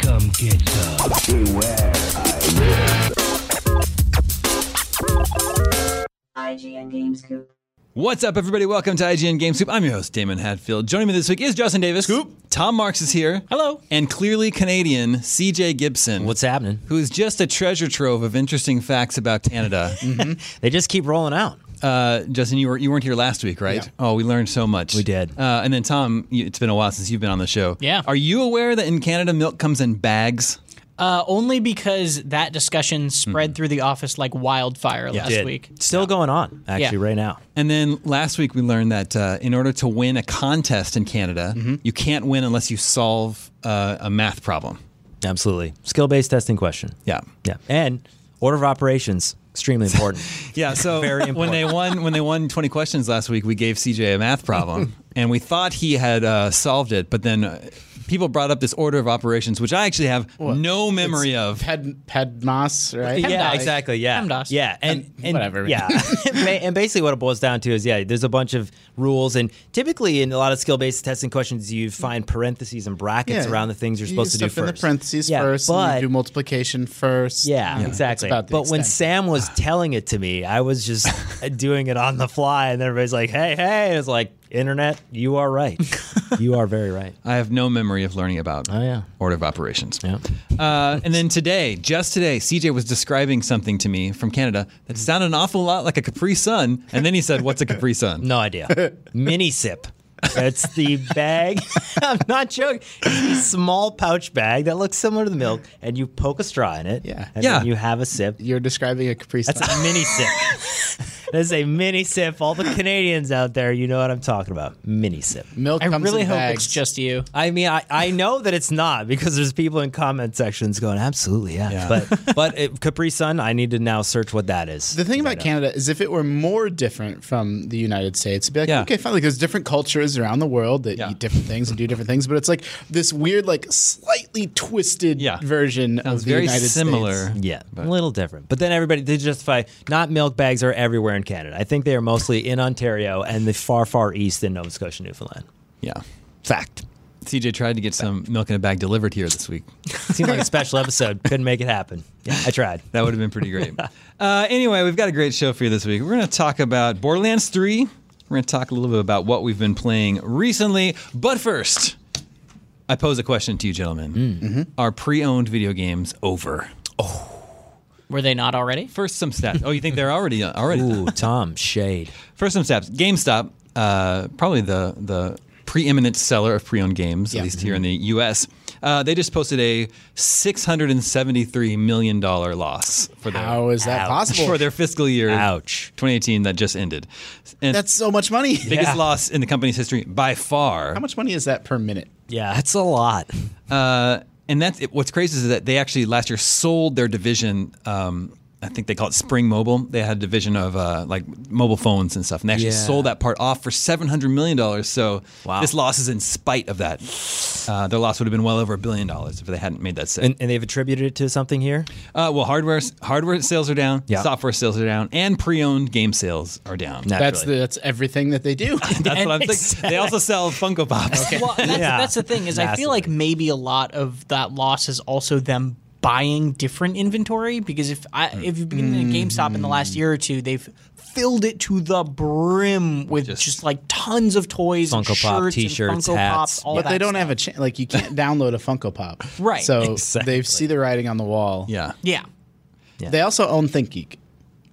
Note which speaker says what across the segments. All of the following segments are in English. Speaker 1: come get some.
Speaker 2: IGN Games Coop.
Speaker 3: What's up, everybody? Welcome to IGN Game Scoop. I'm your host, Damon Hatfield. Joining me this week is Justin Davis. Scoop. Tom Marks is here.
Speaker 4: Hello.
Speaker 3: And clearly Canadian, CJ Gibson.
Speaker 4: What's happening?
Speaker 3: Who is just a treasure trove of interesting facts about Canada.
Speaker 4: They just keep rolling out.
Speaker 3: uh, Justin, you, were, you weren't here last week, right? Oh, we learned so much. We
Speaker 4: did.
Speaker 3: Uh, and then, Tom, you, it's been a while since you've been on the show.
Speaker 5: Yeah.
Speaker 3: Are you aware that in Canada, milk comes in bags?
Speaker 5: Uh, only because that discussion spread through the office like wildfire last
Speaker 4: Mm-hmm. Did.
Speaker 5: week.
Speaker 4: Still going on, actually, right now.
Speaker 3: And then last week, we learned that uh, in order to win a contest in Canada, you can't win unless you solve uh, a math problem.
Speaker 4: Absolutely. Skill based testing question.
Speaker 3: Yeah.
Speaker 4: Yeah. And order of operations, extremely important.
Speaker 3: Yeah, so when they won when they won 20 questions last week, we gave CJ a math problem and we thought he had uh, solved it, but then uh, people brought up this order of operations which I actually have no memory of.
Speaker 6: Ped Pedmas, right?
Speaker 4: yeah,
Speaker 5: PEMDAS.
Speaker 4: exactly. Yeah.
Speaker 5: PEMDAS.
Speaker 4: Yeah. And, and
Speaker 6: Um, whatever.
Speaker 4: Yeah. Ma- and basically, what it boils down to is yeah, there's a bunch of rules. And typically, in a lot of skill based testing questions, you find parentheses and brackets
Speaker 6: Yeah.
Speaker 4: around the things you're
Speaker 6: You
Speaker 4: supposed to do
Speaker 6: stuff in the
Speaker 4: first.
Speaker 6: parentheses
Speaker 4: Yeah,
Speaker 6: first,
Speaker 4: But
Speaker 6: and you do multiplication first.
Speaker 4: Yeah, exactly.
Speaker 6: about the
Speaker 4: But when
Speaker 6: extent.
Speaker 4: Sam was telling it to me, I was just doing it on the fly, and everybody's like, "Hey, hey!" It's like, "Internet, you are right. you are very right."
Speaker 3: I have no memory of learning about
Speaker 4: Oh, yeah.
Speaker 3: order of operations.
Speaker 4: Yeah.
Speaker 3: Uh, and then today, just today, CJ was describing something to me from Canada that sounded an awful lot like a Capri Sun, and then he said, "What's a Capri Sun?"
Speaker 4: No idea. Mini sip. That's the bag. I'm not joking. It's a small pouch bag that looks similar to the milk, and you poke a straw in it.
Speaker 6: Yeah.
Speaker 4: And
Speaker 3: Yeah.
Speaker 4: then you have a sip.
Speaker 6: You're describing a Capri Sun.
Speaker 4: That's a mini sip. That's a mini sip. All the Canadians out there, you know what I'm talking about. Mini sip.
Speaker 6: Milk
Speaker 5: I
Speaker 6: comes
Speaker 5: really
Speaker 6: in
Speaker 5: hope
Speaker 6: bags.
Speaker 5: it's just you.
Speaker 4: I mean, I, I know that it's not because there's people in comment sections going, absolutely, yeah.
Speaker 3: Yeah.
Speaker 4: But but it, Capri Sun, I need to now search what that is.
Speaker 6: the thing about Canada is if it were more different from the United States, it'd be like,
Speaker 3: Yeah.
Speaker 6: okay, fine. Like there's different cultures around the world that
Speaker 3: Yeah.
Speaker 6: eat different things and do different things, but it's like this weird, like slightly twisted
Speaker 3: Yeah.
Speaker 6: version
Speaker 3: Sounds
Speaker 6: of the
Speaker 3: very
Speaker 6: United
Speaker 3: similar.
Speaker 6: States.
Speaker 4: yeah, a little different. But then everybody they justify not milk bags are everywhere in Canada. I think they are mostly in Ontario and the far far east in Nova Scotia, Newfoundland.
Speaker 3: Yeah.
Speaker 4: Fact.
Speaker 3: CJ tried to get some milk in a bag delivered here this week.
Speaker 4: Seemed like a special episode. Couldn't make it happen. Yeah, I tried.
Speaker 3: That would have been pretty great. uh, anyway, we've got a great show for you this week. We're going to talk about Borderlands 3. We're going to talk a little bit about what we've been playing recently. But first, I pose a question to you, gentlemen.
Speaker 4: Mm.
Speaker 3: Are pre owned video games over?
Speaker 5: Were they not already?
Speaker 3: First, some stats. Oh, you think they're already already?
Speaker 4: Ooh, Tom shade.
Speaker 3: First, some stats. GameStop,
Speaker 6: Mm-hmm.
Speaker 3: uh, probably the the preeminent seller of pre-owned games, at least here in the U.S. Uh, they just posted a $673 million loss for their,
Speaker 6: How is that possible?
Speaker 3: for their fiscal year
Speaker 4: Ouch.
Speaker 3: 2018 that just ended. And
Speaker 6: That's so much money.
Speaker 3: biggest loss in the company's history by far.
Speaker 6: How much money is that per minute?
Speaker 4: Yeah, that's a lot.
Speaker 3: Uh, and that's it, what's crazy is that they actually last year sold their division. Um, I think they call it Spring Mobile. They had a division of uh, like mobile phones and stuff, and they actually
Speaker 4: Yeah.
Speaker 3: sold that part off for seven hundred million dollars. So this loss is in spite of that. Uh, their loss would have been well over a billion dollars if they hadn't made that sale.
Speaker 4: And, and they've attributed it to something here.
Speaker 3: uh, well, hardware hardware sales are down,
Speaker 4: Yeah.
Speaker 3: software sales are down, and pre-owned game sales are down.
Speaker 6: That's the, that's everything that they do.
Speaker 3: That's what I'm saying. They also sell Funko Pops.
Speaker 5: Well, that's,
Speaker 4: Yeah.
Speaker 5: that's the thing is I feel like maybe a lot of that loss is also them buying different inventory because if I
Speaker 4: Mm.
Speaker 5: if you've been in GameStop in the last year or two, they've filled it to the brim with just, like tons of toys, and
Speaker 4: Funko Pop,
Speaker 5: shirts, and
Speaker 4: t-shirts,
Speaker 5: Funko
Speaker 4: hats.
Speaker 5: Pops, all
Speaker 6: but
Speaker 5: that
Speaker 6: they don't
Speaker 5: stuff.
Speaker 6: have a chance. Like you can't download a Funko Pop.
Speaker 5: Right,
Speaker 6: So
Speaker 4: exactly.
Speaker 6: they see the writing on the wall.
Speaker 3: yeah.
Speaker 5: Yeah,
Speaker 6: They also own ThinkGeek.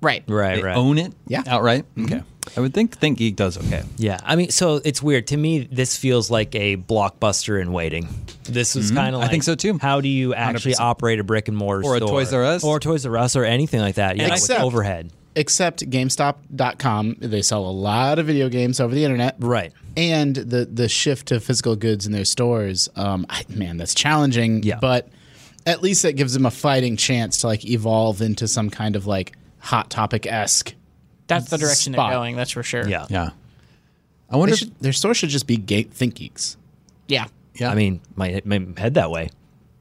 Speaker 5: right.
Speaker 4: Right,
Speaker 3: They
Speaker 4: right. Mm-hmm.
Speaker 3: own it
Speaker 6: Yeah.
Speaker 3: outright. Okay. I would think Think Geek does okay.
Speaker 4: yeah, I mean, so it's weird to me. This feels like a blockbuster in waiting. This is kind of
Speaker 3: I
Speaker 4: like
Speaker 3: think so, too.
Speaker 4: How do you actually operate a brick and mortar
Speaker 3: Or a
Speaker 4: store?
Speaker 3: Toys R Us.
Speaker 4: or a Toys R Us, or anything like that? Yeah, with
Speaker 6: Except-
Speaker 4: overhead.
Speaker 6: Except GameStop.com, they sell a lot of video games over the internet.
Speaker 4: Right.
Speaker 6: And the the shift to physical goods in their stores, um, I- man, that's challenging.
Speaker 4: Yeah.
Speaker 6: But at least that gives them a fighting chance to like evolve into some kind of like hot topic esque.
Speaker 5: That's the direction
Speaker 6: Spot.
Speaker 5: they're going. That's for sure.
Speaker 4: Yeah.
Speaker 3: Yeah. I wonder if
Speaker 6: Their store should just be ga- ThinkGeeks.
Speaker 5: yeah.
Speaker 3: Yeah.
Speaker 4: I mean, my, my head that way.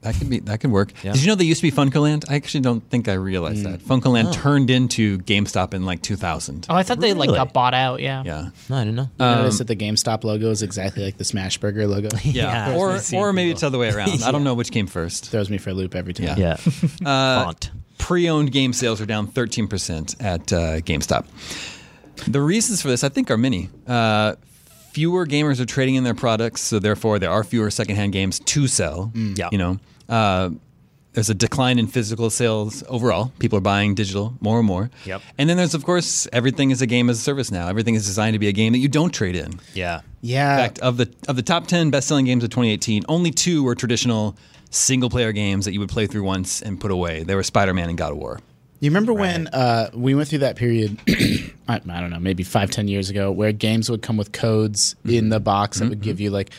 Speaker 3: that could be that could work. Did you know they used to be Funko Land? I actually don't think I realized that. Funko Land turned into GameStop in like 2000.
Speaker 5: Oh, I thought they like
Speaker 4: Really?
Speaker 5: got bought out. Yeah.
Speaker 3: Yeah.
Speaker 4: No, I don't know.
Speaker 6: Notice that the GameStop logo is exactly like the Smashburger logo.
Speaker 4: Yeah.
Speaker 3: Or
Speaker 4: I've seen
Speaker 3: or maybe it's the other way around. I don't know which came first.
Speaker 6: Throws me for a loop every time.
Speaker 4: yeah. Font.
Speaker 3: Pre-owned game sales are down 13% at uh, GameStop. The reasons for this, I think, are many. Uh, fewer gamers are trading in their products, so therefore there are fewer secondhand games to sell.
Speaker 4: Mm. Yeah.
Speaker 3: You know, uh, there's a decline in physical sales overall. People are buying digital more and more.
Speaker 4: Yep.
Speaker 3: And then there's, of course, everything is a game as a service now. Everything is designed to be a game that you don't trade in.
Speaker 4: Yeah.
Speaker 6: Yeah.
Speaker 3: In fact, of the of the top ten best selling games of 2018, only two were traditional single player games that you would play through once and put away. They were Spider Man and God of War.
Speaker 6: You remember when uh, we went through that period? I, I don't know, maybe five, ten years ago, where games would come with codes in the box that would give you like.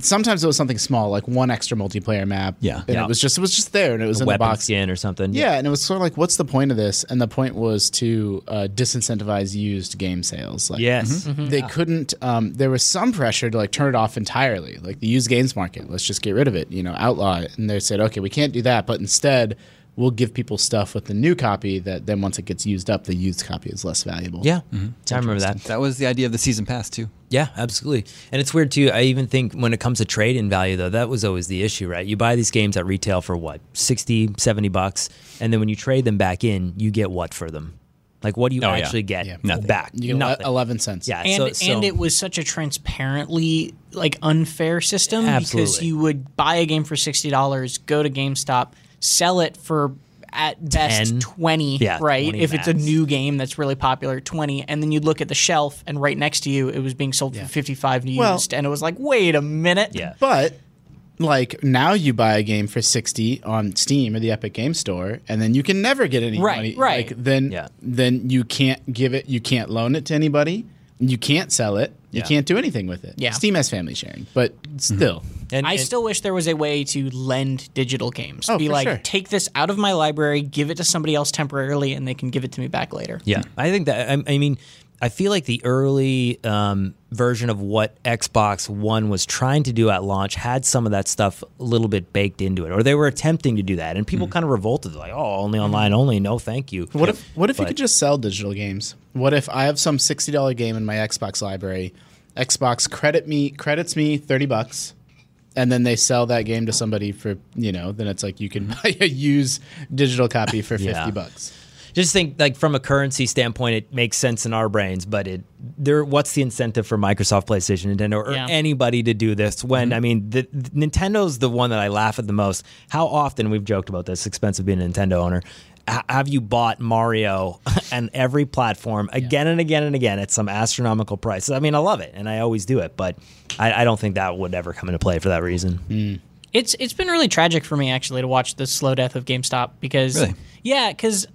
Speaker 6: Sometimes it was something small, like one extra multiplayer map.
Speaker 3: Yeah.
Speaker 6: and
Speaker 3: Yeah.
Speaker 6: it was just it was just there, and it was in the
Speaker 4: Weapon
Speaker 6: box.
Speaker 4: skin or something.
Speaker 6: Yeah, and it was sort of like, what's the point of this? And the point was to uh, disincentivize used game sales. Like,
Speaker 4: Yes.
Speaker 6: they couldn't um, there was some pressure to like turn it off entirely like the used games market let's just get rid of it you know outlaw it and they said okay we can't do that but instead we'll give people stuff with the new copy that then once it gets used up the used copy is less valuable
Speaker 4: Yeah. I remember that.
Speaker 3: That was the idea of the season pass too.
Speaker 4: Yeah, absolutely. And it's weird too. I even think when it comes to trade in value, though, that was always the issue, right? You buy these games at retail for what, 60, 70 bucks. And then when you trade them back in, you get what for them? Like, what do you
Speaker 3: Oh, yeah.
Speaker 4: actually get
Speaker 6: Yeah.
Speaker 3: Nothing.
Speaker 4: back?
Speaker 6: you get ele-
Speaker 4: Nothing.
Speaker 6: 11 cents
Speaker 4: yeah.
Speaker 5: And
Speaker 4: so, so,
Speaker 5: and it was such a transparently like unfair system because
Speaker 4: Absolutely.
Speaker 5: you would buy a game for sixty dollars, go to GameStop, sell it for at best
Speaker 4: 10.
Speaker 5: twenty,
Speaker 4: Yeah,
Speaker 5: right?
Speaker 4: 20
Speaker 5: if it's a
Speaker 4: max.
Speaker 5: new game that's really popular, twenty, and then you'd look at the shelf and right next to you it was being sold for fifty five used,
Speaker 6: Well-
Speaker 5: and it was like, wait a minute,
Speaker 4: Yeah.
Speaker 6: but like now you buy a game for 60 on steam or the epic game store and then you can never get any
Speaker 5: Right,
Speaker 6: money
Speaker 5: right.
Speaker 6: like then
Speaker 4: Yeah.
Speaker 6: then you can't give it you can't loan it to anybody you can't sell it you
Speaker 4: Yeah.
Speaker 6: can't do anything with it
Speaker 5: Yeah.
Speaker 6: steam has family sharing but still
Speaker 4: and-
Speaker 5: I
Speaker 4: and-
Speaker 5: still wish there was a way to lend digital games.
Speaker 6: Oh,
Speaker 5: Be
Speaker 6: for
Speaker 5: like,
Speaker 6: sure.
Speaker 5: take this out of my library, give it to somebody else temporarily, and they can give it to me back later.
Speaker 4: Yeah, I think that. I, I mean, I feel like the early um, version of what Xbox One was trying to do at launch had some of that stuff a little bit baked into it, or they were attempting to do that, and people kind of revolted, like, "Oh, only online, only no, thank you."
Speaker 6: Hmm. What if what if you
Speaker 4: But-
Speaker 6: could just sell digital games? What if I have some sixty dollar game in my Xbox library? Xbox credit me credits me thirty bucks, and then they sell that game to somebody for you know. Then it's like you can buy a used digital copy for fifty
Speaker 4: Yeah.
Speaker 6: bucks.
Speaker 4: Just think, like from a currency standpoint, it makes sense in our brains, but it there. What's the incentive for Microsoft, PlayStation, Nintendo, or
Speaker 5: Yeah.
Speaker 4: anybody to do this? When I mean, the, the- Nintendo's the one that I laugh at the most. How often we've joked about this? Expensive being a Nintendo owner. H- have you bought Mario and every platform again and again and again at some astronomical price? I mean, I love it, and I always do it, but I, I don't think that would ever come into play for that reason.
Speaker 5: It's it's been really tragic for me actually to watch the slow death of GameStop because
Speaker 3: Really?
Speaker 5: yeah, because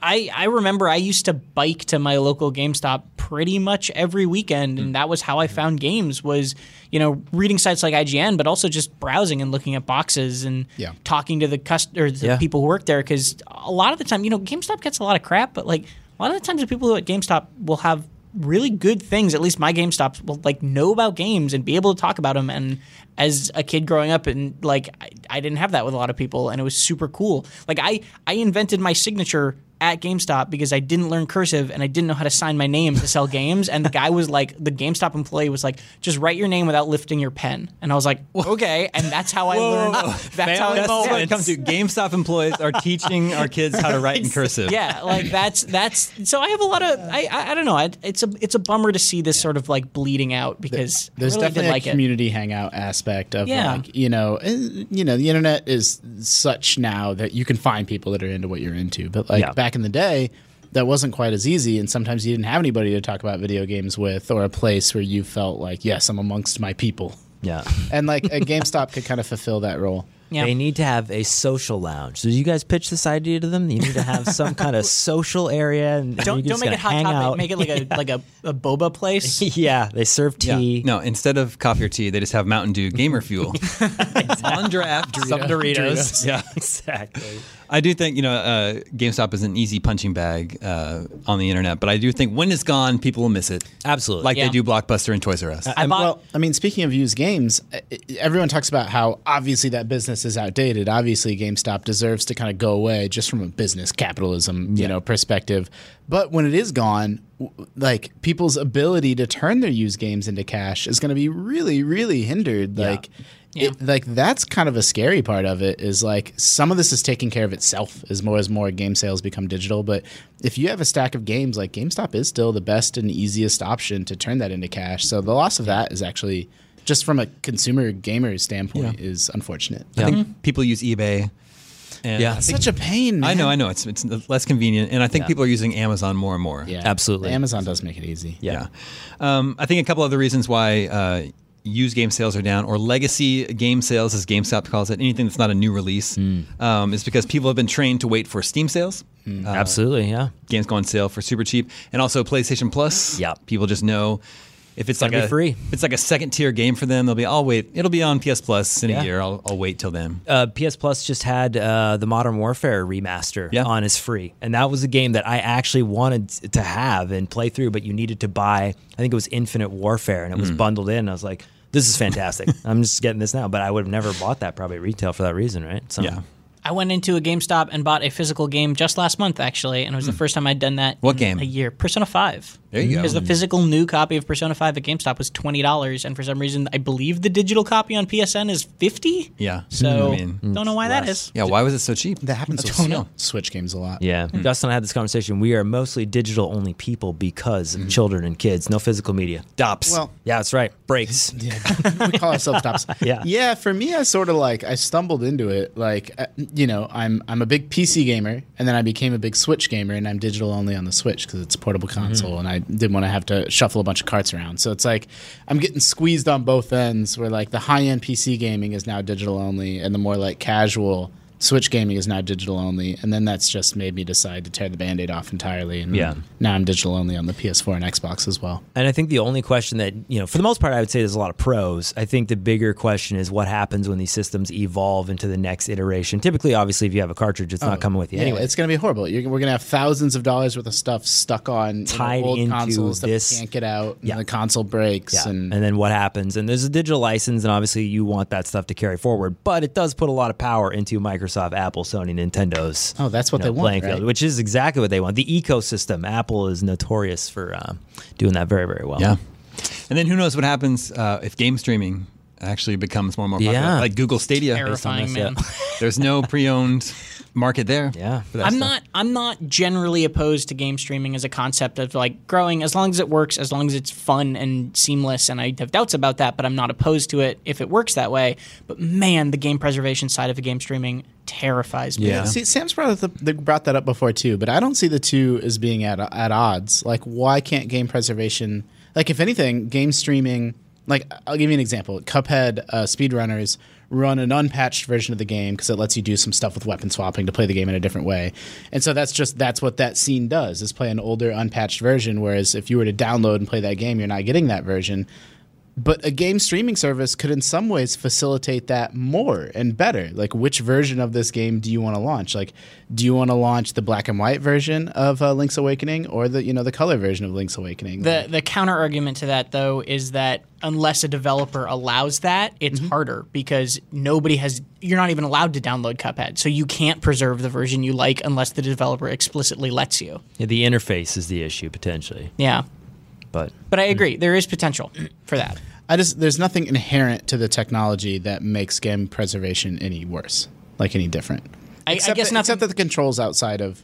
Speaker 5: I I remember I used to bike to my local GameStop pretty much every weekend, and that was how I found games was you know reading sites like IGN, but also just browsing and looking at boxes and
Speaker 6: Yeah.
Speaker 5: talking to the cust- or the
Speaker 4: Yeah.
Speaker 5: people who work there because a lot of the time you know GameStop gets a lot of crap, but like a lot of the times the people who at GameStop will have really good things at least my gamestops will like know about games and be able to talk about them and as a kid growing up and like I, I didn't have that with a lot of people and it was super cool like i i invented my signature at gamestop because i didn't learn cursive and i didn't know how to sign my name to sell games and the guy was like the gamestop employee was like just write your name without lifting your pen and i was like okay and that's how i learned that's how i
Speaker 3: That's
Speaker 5: learned
Speaker 3: when it comes to GameStop employees are teaching our kids how to write in cursive.
Speaker 5: yeah, like that's that's. So I have a lot of. I I, I don't know. I, it's a it's a bummer to see this sort of like bleeding out because
Speaker 6: There's
Speaker 5: I really
Speaker 6: definitely
Speaker 5: did
Speaker 6: a
Speaker 5: like it.
Speaker 6: community hangout aspect of
Speaker 5: Yeah.
Speaker 6: like you know eh, you know the internet is such now that you can find people that are into what you're into. But like
Speaker 4: Yeah.
Speaker 6: back in the day, that wasn't quite as easy, and sometimes you didn't have anybody to talk about video games with or a place where you felt like yes, I'm amongst my people.
Speaker 4: Yeah.
Speaker 6: And like a GameStop could kind of fulfill that role.
Speaker 5: Yeah.
Speaker 4: They need to have a social lounge. So you guys pitch this idea to them? You need to have some kind of social area and and
Speaker 5: Don't
Speaker 4: you
Speaker 5: don't
Speaker 4: just
Speaker 5: make
Speaker 4: gotta
Speaker 5: it hot
Speaker 4: hang
Speaker 5: topic.
Speaker 4: out.
Speaker 5: Make it like a like a, a boba place.
Speaker 4: yeah, they serve
Speaker 3: Yeah.
Speaker 4: tea.
Speaker 3: No, instead of coffee or tea, they just have Mountain Dew Gamer Fuel on draft. Some
Speaker 4: Doritos.
Speaker 3: Yeah,
Speaker 4: exactly.
Speaker 3: I do think you know uh, GameStop is an easy punching bag uh, on the internet, but I do think when it's gone, people will miss it,
Speaker 4: Absolutely.
Speaker 3: like
Speaker 5: Yeah.
Speaker 3: they do Blockbuster and Toys R Us.
Speaker 5: I
Speaker 6: And,
Speaker 5: bought.
Speaker 6: well, I mean, speaking of used games, e- e- everyone talks about how obviously that business is outdated. Obviously, GameStop deserves to kind of go away just from a business capitalism, you know, perspective. But when it is gone, w- like people's ability to turn their used games into cash is going to be really, really hindered. Like, It, like that's kind of a scary part of it is like some of this is taking care of itself as more as more game sales become digital but if you have a stack of games like GameStop is still the best and easiest option to turn that into cash so the loss of that is actually just from a consumer gamer standpoint is unfortunate
Speaker 3: I think people use eBay. And
Speaker 4: Yeah.
Speaker 3: I think-
Speaker 6: such a pain
Speaker 3: I know, I
Speaker 6: man.
Speaker 3: know. It's it's less convenient, and I think people are using Amazon more and more.
Speaker 6: yeah
Speaker 4: Absolutely.
Speaker 6: Amazon does make it easy
Speaker 3: Yeah. Um, I think a couple other reasons why uh, used game sales are down or legacy game sales, as GameStop calls it, anything that's not a new release,
Speaker 4: Hmm.
Speaker 3: um, is because people have been trained to wait for Steam sales.
Speaker 5: Uh,
Speaker 4: Absolutely, yeah.
Speaker 3: Games go on sale for super cheap. And also PlayStation Plus.
Speaker 4: Yep.
Speaker 3: People just know. If it's, like
Speaker 4: gonna be
Speaker 3: a
Speaker 4: free.
Speaker 3: if it's like a second tier game for them, they'll be. I'll wait. It'll be on PS Plus in
Speaker 4: Yeah.
Speaker 3: a year. I'll, I'll wait till then.
Speaker 4: uh, PS Plus just had uh, the Modern Warfare remaster
Speaker 3: Yeah.
Speaker 4: on as free, and that was a game that I actually wanted to have and play through, but you needed to buy. I think it was Infinite Warfare, and it
Speaker 5: Mm.
Speaker 4: was bundled in. I was like, "This is fantastic! I'm just getting this now." But I would have never bought that probably at retail for that reason, right? So,
Speaker 3: yeah.
Speaker 5: I went into a GameStop and bought a physical game just last month, actually, and it was the first time I'd done that.
Speaker 3: Hmm. What
Speaker 5: in
Speaker 3: game?
Speaker 5: A year. Persona Five.
Speaker 3: There you go.
Speaker 5: Because the physical new copy of Persona Five at GameStop was twenty dollars, and for some reason, I believe the digital copy on PSN is fifty.
Speaker 3: Yeah.
Speaker 5: So
Speaker 3: Hmm. I mean,
Speaker 5: don't know why that
Speaker 4: less.
Speaker 5: is.
Speaker 3: yeah. Why was it so cheap?
Speaker 6: that happens with
Speaker 3: don't know.
Speaker 6: Switch games a lot
Speaker 4: Yeah, Dustin and I had this conversation. We are mostly digital only people because of children and kids, no physical media.
Speaker 3: Dops.
Speaker 6: Mm-hmm. well
Speaker 4: Yeah, that's right. Breaks.
Speaker 6: we call ourselves tops.
Speaker 4: Yeah.
Speaker 6: Yeah. For me, I sort of like I stumbled into it. Like uh, you know, I'm I'm a big PC gamer, and then I became a big Switch gamer, and I'm digital only on the Switch because it's a portable
Speaker 4: Mm-hmm.
Speaker 6: console, and I didn't want to have to shuffle a bunch of carts around. So it's like I'm getting squeezed on both ends. Where like the high end PC gaming is now digital only, and the more like casual. Switch gaming is now digital only, and then that's just made me decide to tear the band-aid off entirely. And
Speaker 4: Yeah.
Speaker 6: now I'm digital only on the PS4 and Xbox as well.
Speaker 4: And I think the only question that, you know, for the most part, I would say there's a lot of pros. I think the bigger question is what happens when these systems evolve into the next iteration. Typically, obviously, if you have a cartridge, it's not coming with you.
Speaker 6: Oh, Yeah,
Speaker 4: anyway.
Speaker 6: it's going to be horrible. You're, we're going to have thousands of dollars worth of stuff stuck on you know,
Speaker 4: Tied
Speaker 6: old
Speaker 4: into
Speaker 6: consoles that we
Speaker 4: this-
Speaker 6: can't get out.
Speaker 4: Yeah.
Speaker 6: and the console breaks,
Speaker 4: Yeah.
Speaker 6: and,
Speaker 4: And, then what happens? And there's a digital license, and obviously, you want that stuff to carry forward, but it does put a lot of power into Microsoft, Apple, Sony, Nintendo's.
Speaker 6: Oh, that's what they want,
Speaker 4: playing
Speaker 6: right?
Speaker 4: field, which is exactly what they want. The ecosystem. Apple is notorious for um, doing that very, very well.
Speaker 3: Yeah. And then who knows what happens uh, if game streaming actually becomes more and more popular,
Speaker 4: Yeah.
Speaker 3: like Google Stadia.
Speaker 5: Terrifying, man.
Speaker 3: There's no pre-owned market there.
Speaker 4: Yeah.
Speaker 3: for that
Speaker 5: I'm
Speaker 3: stuff.
Speaker 5: not. I'm not generally opposed to game streaming as a concept of like growing, as long as it works, as long as it's fun and seamless. And I have doubts about that, but I'm not opposed to it if it works that way. But man, the game preservation side of a game streaming terrifies me.
Speaker 3: Yeah.
Speaker 6: See, Sam's brought up the, they brought that up before too, but I don't see the two as being at at odds. Like, why can't game preservation? Like, if anything, game streaming. Like, I'll give you an example. Cuphead uh, speedrunners run an unpatched version of the game because it lets you do some stuff with weapon swapping to play the game in a different way. And so that's just that's what that scene does is play an older unpatched version. Whereas if you were to download and play that game, you're not getting that version. But a game streaming service could, in some ways, facilitate that more and better. Like, which version of this game do you want to launch? Like, do you want to launch the black and white version of uh, Link's Awakening or the you know the color version of Link's Awakening?
Speaker 5: The the counter argument to that though is that unless a developer allows that, it's harder because nobody has you're not even allowed to download Cuphead. So you can't preserve the version you like unless the developer explicitly lets you.
Speaker 4: Yeah, the interface is the issue potentially,
Speaker 5: Yeah.
Speaker 4: but
Speaker 5: But I agree, there is potential for that.
Speaker 6: I just there's nothing inherent to the technology that makes game preservation any worse, like any different.
Speaker 5: I, I
Speaker 6: Except,
Speaker 5: guess
Speaker 6: that,
Speaker 5: nothing
Speaker 6: except that the controls outside of,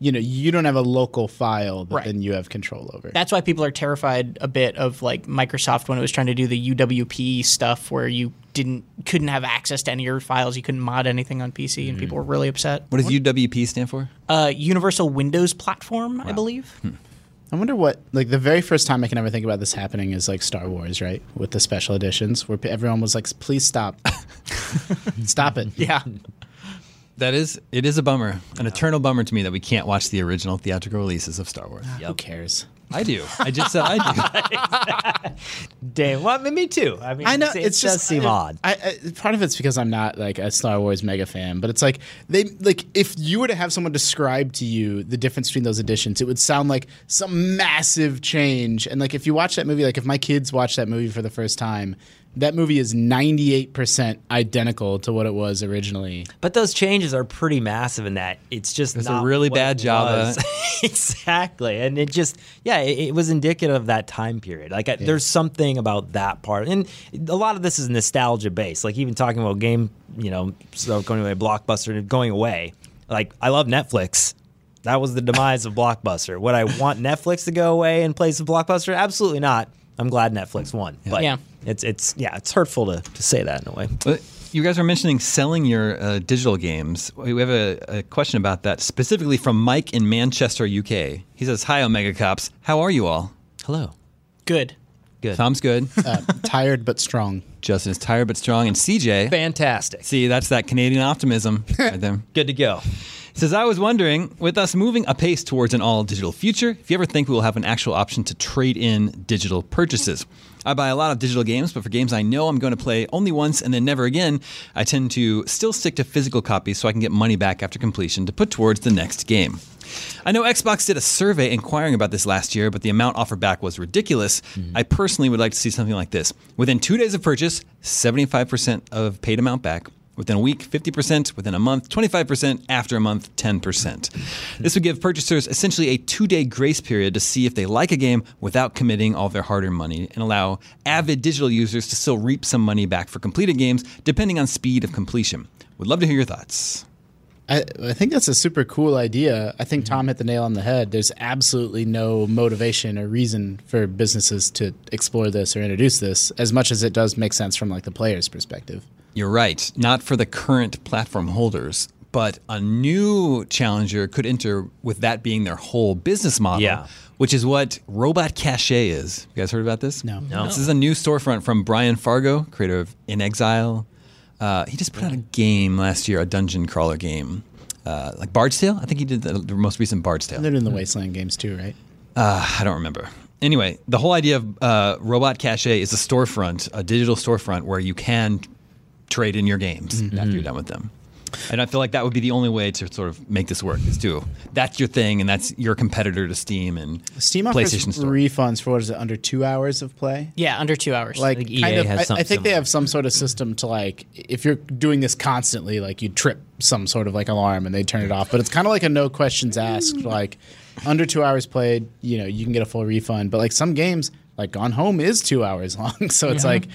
Speaker 6: you know, you don't have a local file that
Speaker 5: Right.
Speaker 6: then you have control over.
Speaker 5: that's why people are terrified a bit of like Microsoft when it was trying to do the UWP stuff where you didn't couldn't have access to any of your files, you couldn't mod anything on PC and
Speaker 4: Mm.
Speaker 5: people were really upset.
Speaker 3: What does UWP stand for?
Speaker 5: Uh, Universal Windows platform, I believe.
Speaker 4: Hmm.
Speaker 6: I wonder what like the very first time I can ever think about this happening is like Star Wars, right? With the special editions where p- everyone was like, "Please stop, stop it."
Speaker 5: Yeah.
Speaker 3: That is, it is a bummer, an eternal bummer to me that we can't watch the original theatrical releases of Star Wars.
Speaker 6: Who cares?
Speaker 3: I do. I just said I do.
Speaker 4: damn, well, me too. I mean,
Speaker 6: I know
Speaker 4: it's,
Speaker 6: it's
Speaker 4: does
Speaker 6: just
Speaker 4: seem
Speaker 6: I-
Speaker 4: odd.
Speaker 6: I, I part of it's because I'm not like a Star Wars mega fan, but it's like they like if you were to have someone describe to you the difference between those editions, it would sound like some massive change. And like if you watch that movie, like if my kids watch that movie for the first time, that movie is 98% identical to what it was originally.
Speaker 4: But those changes are pretty massive in that it's just
Speaker 3: It's a
Speaker 4: not
Speaker 3: really
Speaker 4: what
Speaker 3: bad
Speaker 4: it
Speaker 3: Java.
Speaker 4: was. exactly, and it just yeah, it, it was indicative of that time period. Like I, there's something about that part, and a lot of this is nostalgia based. Like even talking about game, you know, so going away, blockbuster going away. Like I love Netflix. That was the demise of Blockbuster. Would I want Netflix to go away in place of Blockbuster? Absolutely not. I'm glad Netflix won, but
Speaker 5: Yeah.
Speaker 4: it's it's yeah, it's hurtful to, to say that in a way.
Speaker 3: But you guys were mentioning selling your uh, digital games. We have a, a question about that, specifically from Mike in Manchester, UK. He says, "Hi, Omega Cops. How are you all?
Speaker 4: Hello.
Speaker 5: Good.
Speaker 3: Tom's good.
Speaker 6: Uh, tired but strong.
Speaker 3: Justin is tired but strong, and CJ.
Speaker 4: Fantastic.
Speaker 3: See, that's that Canadian optimism right there.
Speaker 4: Good to go.
Speaker 3: Says, I was wondering, with us moving apace towards an all digital future, if you ever think we will have an actual option to trade in digital purchases. I buy a lot of digital games, but for games I know I'm going to play only once and then never again, I tend to still stick to physical copies so I can get money back after completion to put towards the next game. I know Xbox did a survey inquiring about this last year, but the amount offered back was ridiculous. I personally would like to see something like this. Within two days of purchase, 75% of paid amount back. Within a week, 50%. Within a month, 25%. After a month, 10%. This would give purchasers essentially a two day grace period to see if they like a game without committing all their hard earned money and allow avid digital users to still reap some money back for completed games, depending on speed of completion. Would love to hear your thoughts.
Speaker 6: I, I think that's a super cool idea. I think Tom hit the nail on the head. There's absolutely no motivation or reason for businesses to explore this or introduce this, as much as it does make sense from like the player's perspective.
Speaker 3: You're right. Not for the current platform holders, but a new challenger could enter with that being their whole business model.
Speaker 4: Yeah.
Speaker 3: Which is what Robot Cache is. You guys heard about this?
Speaker 6: No.
Speaker 3: This is a new storefront from Brian Fargo, creator of In Exile. Uh, he just put out a game last year, a dungeon crawler game. Uh, like Bard's Tale? I think he did the, the most recent Bard's Tale.
Speaker 6: They're doing the Wasteland games too, right?
Speaker 3: I don't remember. Anyway, the whole idea of uh, Robot Cache is a storefront, a digital storefront where you can trade in your games after you're done with them. And I feel like that would be the only way to sort of make this work is to that's your thing and that's your competitor to Steam and
Speaker 6: Steam offers
Speaker 3: PlayStation Store.
Speaker 6: refunds for what is it under two hours of play?
Speaker 5: Yeah, under two hours.
Speaker 6: Like E
Speaker 4: think EA
Speaker 6: kind of,
Speaker 4: has
Speaker 6: I,
Speaker 4: some
Speaker 6: I think they
Speaker 4: similar.
Speaker 6: have some sort of system to like if you're doing this constantly, like you trip some sort of like alarm and they turn it off. But it's kind of like a no questions asked. Like under two hours played, you know, you can get a full refund. But like some games, like Gone Home is two hours long, so it's like.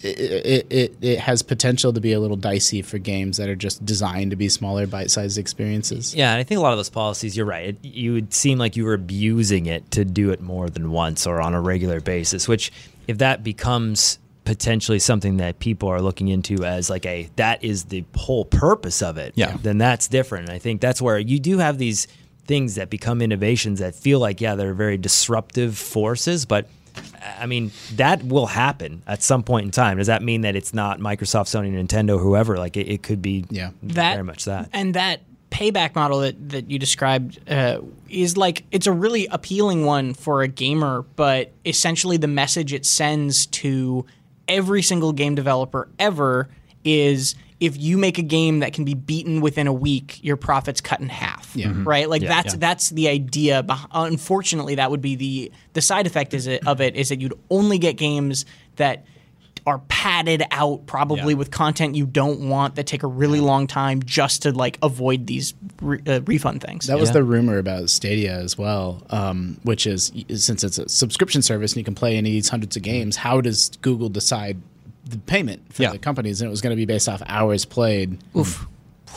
Speaker 6: It, it, it, it has potential to be a little dicey for games that are just designed to be smaller, bite-sized experiences.
Speaker 4: Yeah, and I think a lot of those policies, you're right. It, you would seem like you were abusing it to do it more than once or on a regular basis, which if that becomes potentially something that people are looking into as like a that is the whole purpose of it,
Speaker 3: Yeah.
Speaker 4: then that's different. And I think that's where you do have these things that become innovations that feel like yeah, they're very disruptive forces, but I mean, that will happen at some point in time. Does that mean that it's not Microsoft, Sony, Nintendo, whoever? Like it, it could be
Speaker 6: Yeah.
Speaker 5: that
Speaker 4: very much that.
Speaker 5: and that payback model that, that you described uh, is like it's a really appealing one for a gamer but essentially the message it sends to every single game developer ever is if you make a game that can be beaten within a week your profits cut in half right like that's that's the idea beh- unfortunately that would be the the side effect is it, of it is that you'd only get games that are padded out probably with content you don't want that take a really long time just to like avoid these re- uh, refund things.
Speaker 6: That was the rumor about Stadia as well, um, which is since it's a subscription service and you can play any of these hundreds
Speaker 4: Mm-hmm.
Speaker 6: of games, how does Google decide the payment for
Speaker 3: Yeah.
Speaker 6: the companies? And it was going to be based off hours played. Oof.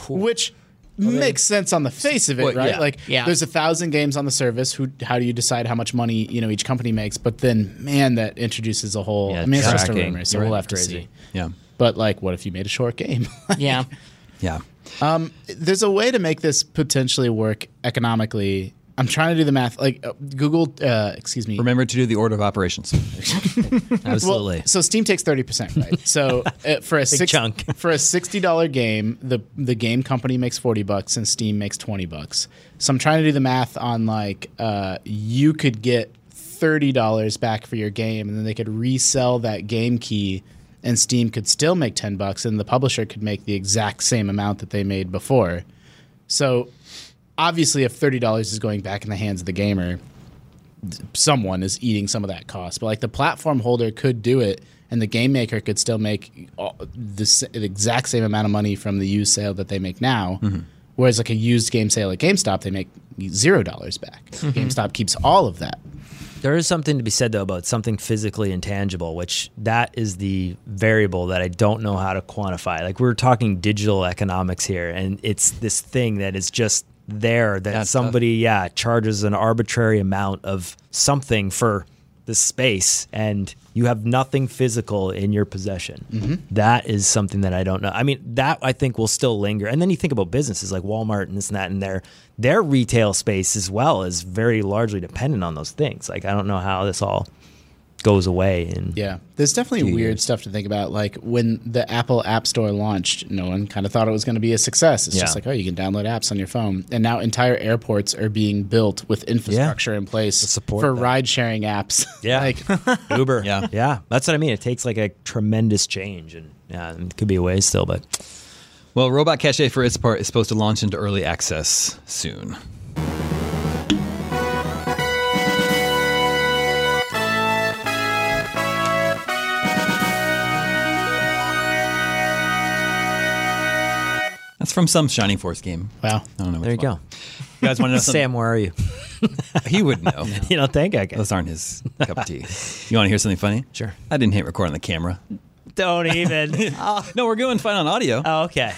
Speaker 6: Which makes sense on the face of it,
Speaker 3: Well,
Speaker 6: right?
Speaker 3: yeah.
Speaker 6: Like
Speaker 5: Yeah.
Speaker 6: there's a thousand games on the service. Who how do you decide how much money, you know, each company makes? But then man, that introduces a whole
Speaker 4: Yeah,
Speaker 6: I mean it's just a
Speaker 4: tracking.
Speaker 6: rumor, so
Speaker 4: You're
Speaker 6: we'll
Speaker 4: right.
Speaker 6: have to
Speaker 4: Crazy.
Speaker 6: see.
Speaker 3: Yeah.
Speaker 6: But like what if you made a short game?
Speaker 5: yeah.
Speaker 3: Yeah.
Speaker 6: there's a way to make this potentially work economically. I'm trying to do the math. Like uh, Google, uh, excuse me.
Speaker 3: Remember to do the order of operations.
Speaker 6: Well,
Speaker 4: Absolutely.
Speaker 6: so Steam takes thirty percent, right? So uh, for a six,
Speaker 4: chunk.
Speaker 6: for a sixty dollar game, the the game company makes forty bucks and Steam makes twenty bucks. So I'm trying to do the math on like uh, you could get thirty dollars back for your game, and then they could resell that game key, and Steam could still make ten bucks, and the publisher could make the exact same amount that they made before. So obviously, if thirty dollars is going back in the hands of the gamer, someone is eating some of that cost. But like the platform holder could do it, and the game maker could still make all, the, s- the exact same amount of money from the used sale that they make now.
Speaker 4: Mm-hmm.
Speaker 6: Whereas like a used game sale at GameStop, they make zero dollars back.
Speaker 4: Mm-hmm.
Speaker 6: GameStop keeps all of that.
Speaker 4: There is something to be said though about something physically intangible, which that is the variable that I don't know how to quantify. Like we're talking digital economics here, and it's this thing that is just there that
Speaker 3: That's tough.
Speaker 4: somebody yeah charges an arbitrary amount of something for the space, and you have nothing physical in your possession.
Speaker 6: Mm-hmm.
Speaker 4: That is something that I don't know. I mean, that I think will still linger. And then you think about businesses like Walmart and this and that, and their their retail space as well is very largely dependent on those things. Like I don't know how this all goes away. And
Speaker 6: Yeah, there's definitely weird stuff to think about. Like when the Apple App Store launched, no one kind of thought it was going to be a success. It's just
Speaker 4: Yeah.
Speaker 6: like, oh, you can download apps on your phone, and now entire airports are being built with infrastructure in place
Speaker 4: support
Speaker 6: for
Speaker 4: that.
Speaker 6: ride-sharing apps.
Speaker 4: Yeah.
Speaker 6: like
Speaker 4: Uber.
Speaker 3: Yeah.
Speaker 4: yeah, that's what I mean. It takes like a tremendous change, and yeah, it could be a way still, but.
Speaker 3: Well, Robot Cache for its part is supposed to launch into early access soon. That's from some Shining Force game.
Speaker 6: wow.
Speaker 3: I don't know.
Speaker 4: There you go.
Speaker 3: You guys want to know something?
Speaker 4: Sam, where are you?
Speaker 3: He would know.
Speaker 4: you don't think I can?
Speaker 3: Those aren't his cup of tea. You want to hear something funny?
Speaker 4: Sure.
Speaker 3: I didn't hit record on the camera.
Speaker 4: Don't even. oh,
Speaker 3: No, we're going fine on audio.
Speaker 4: okay.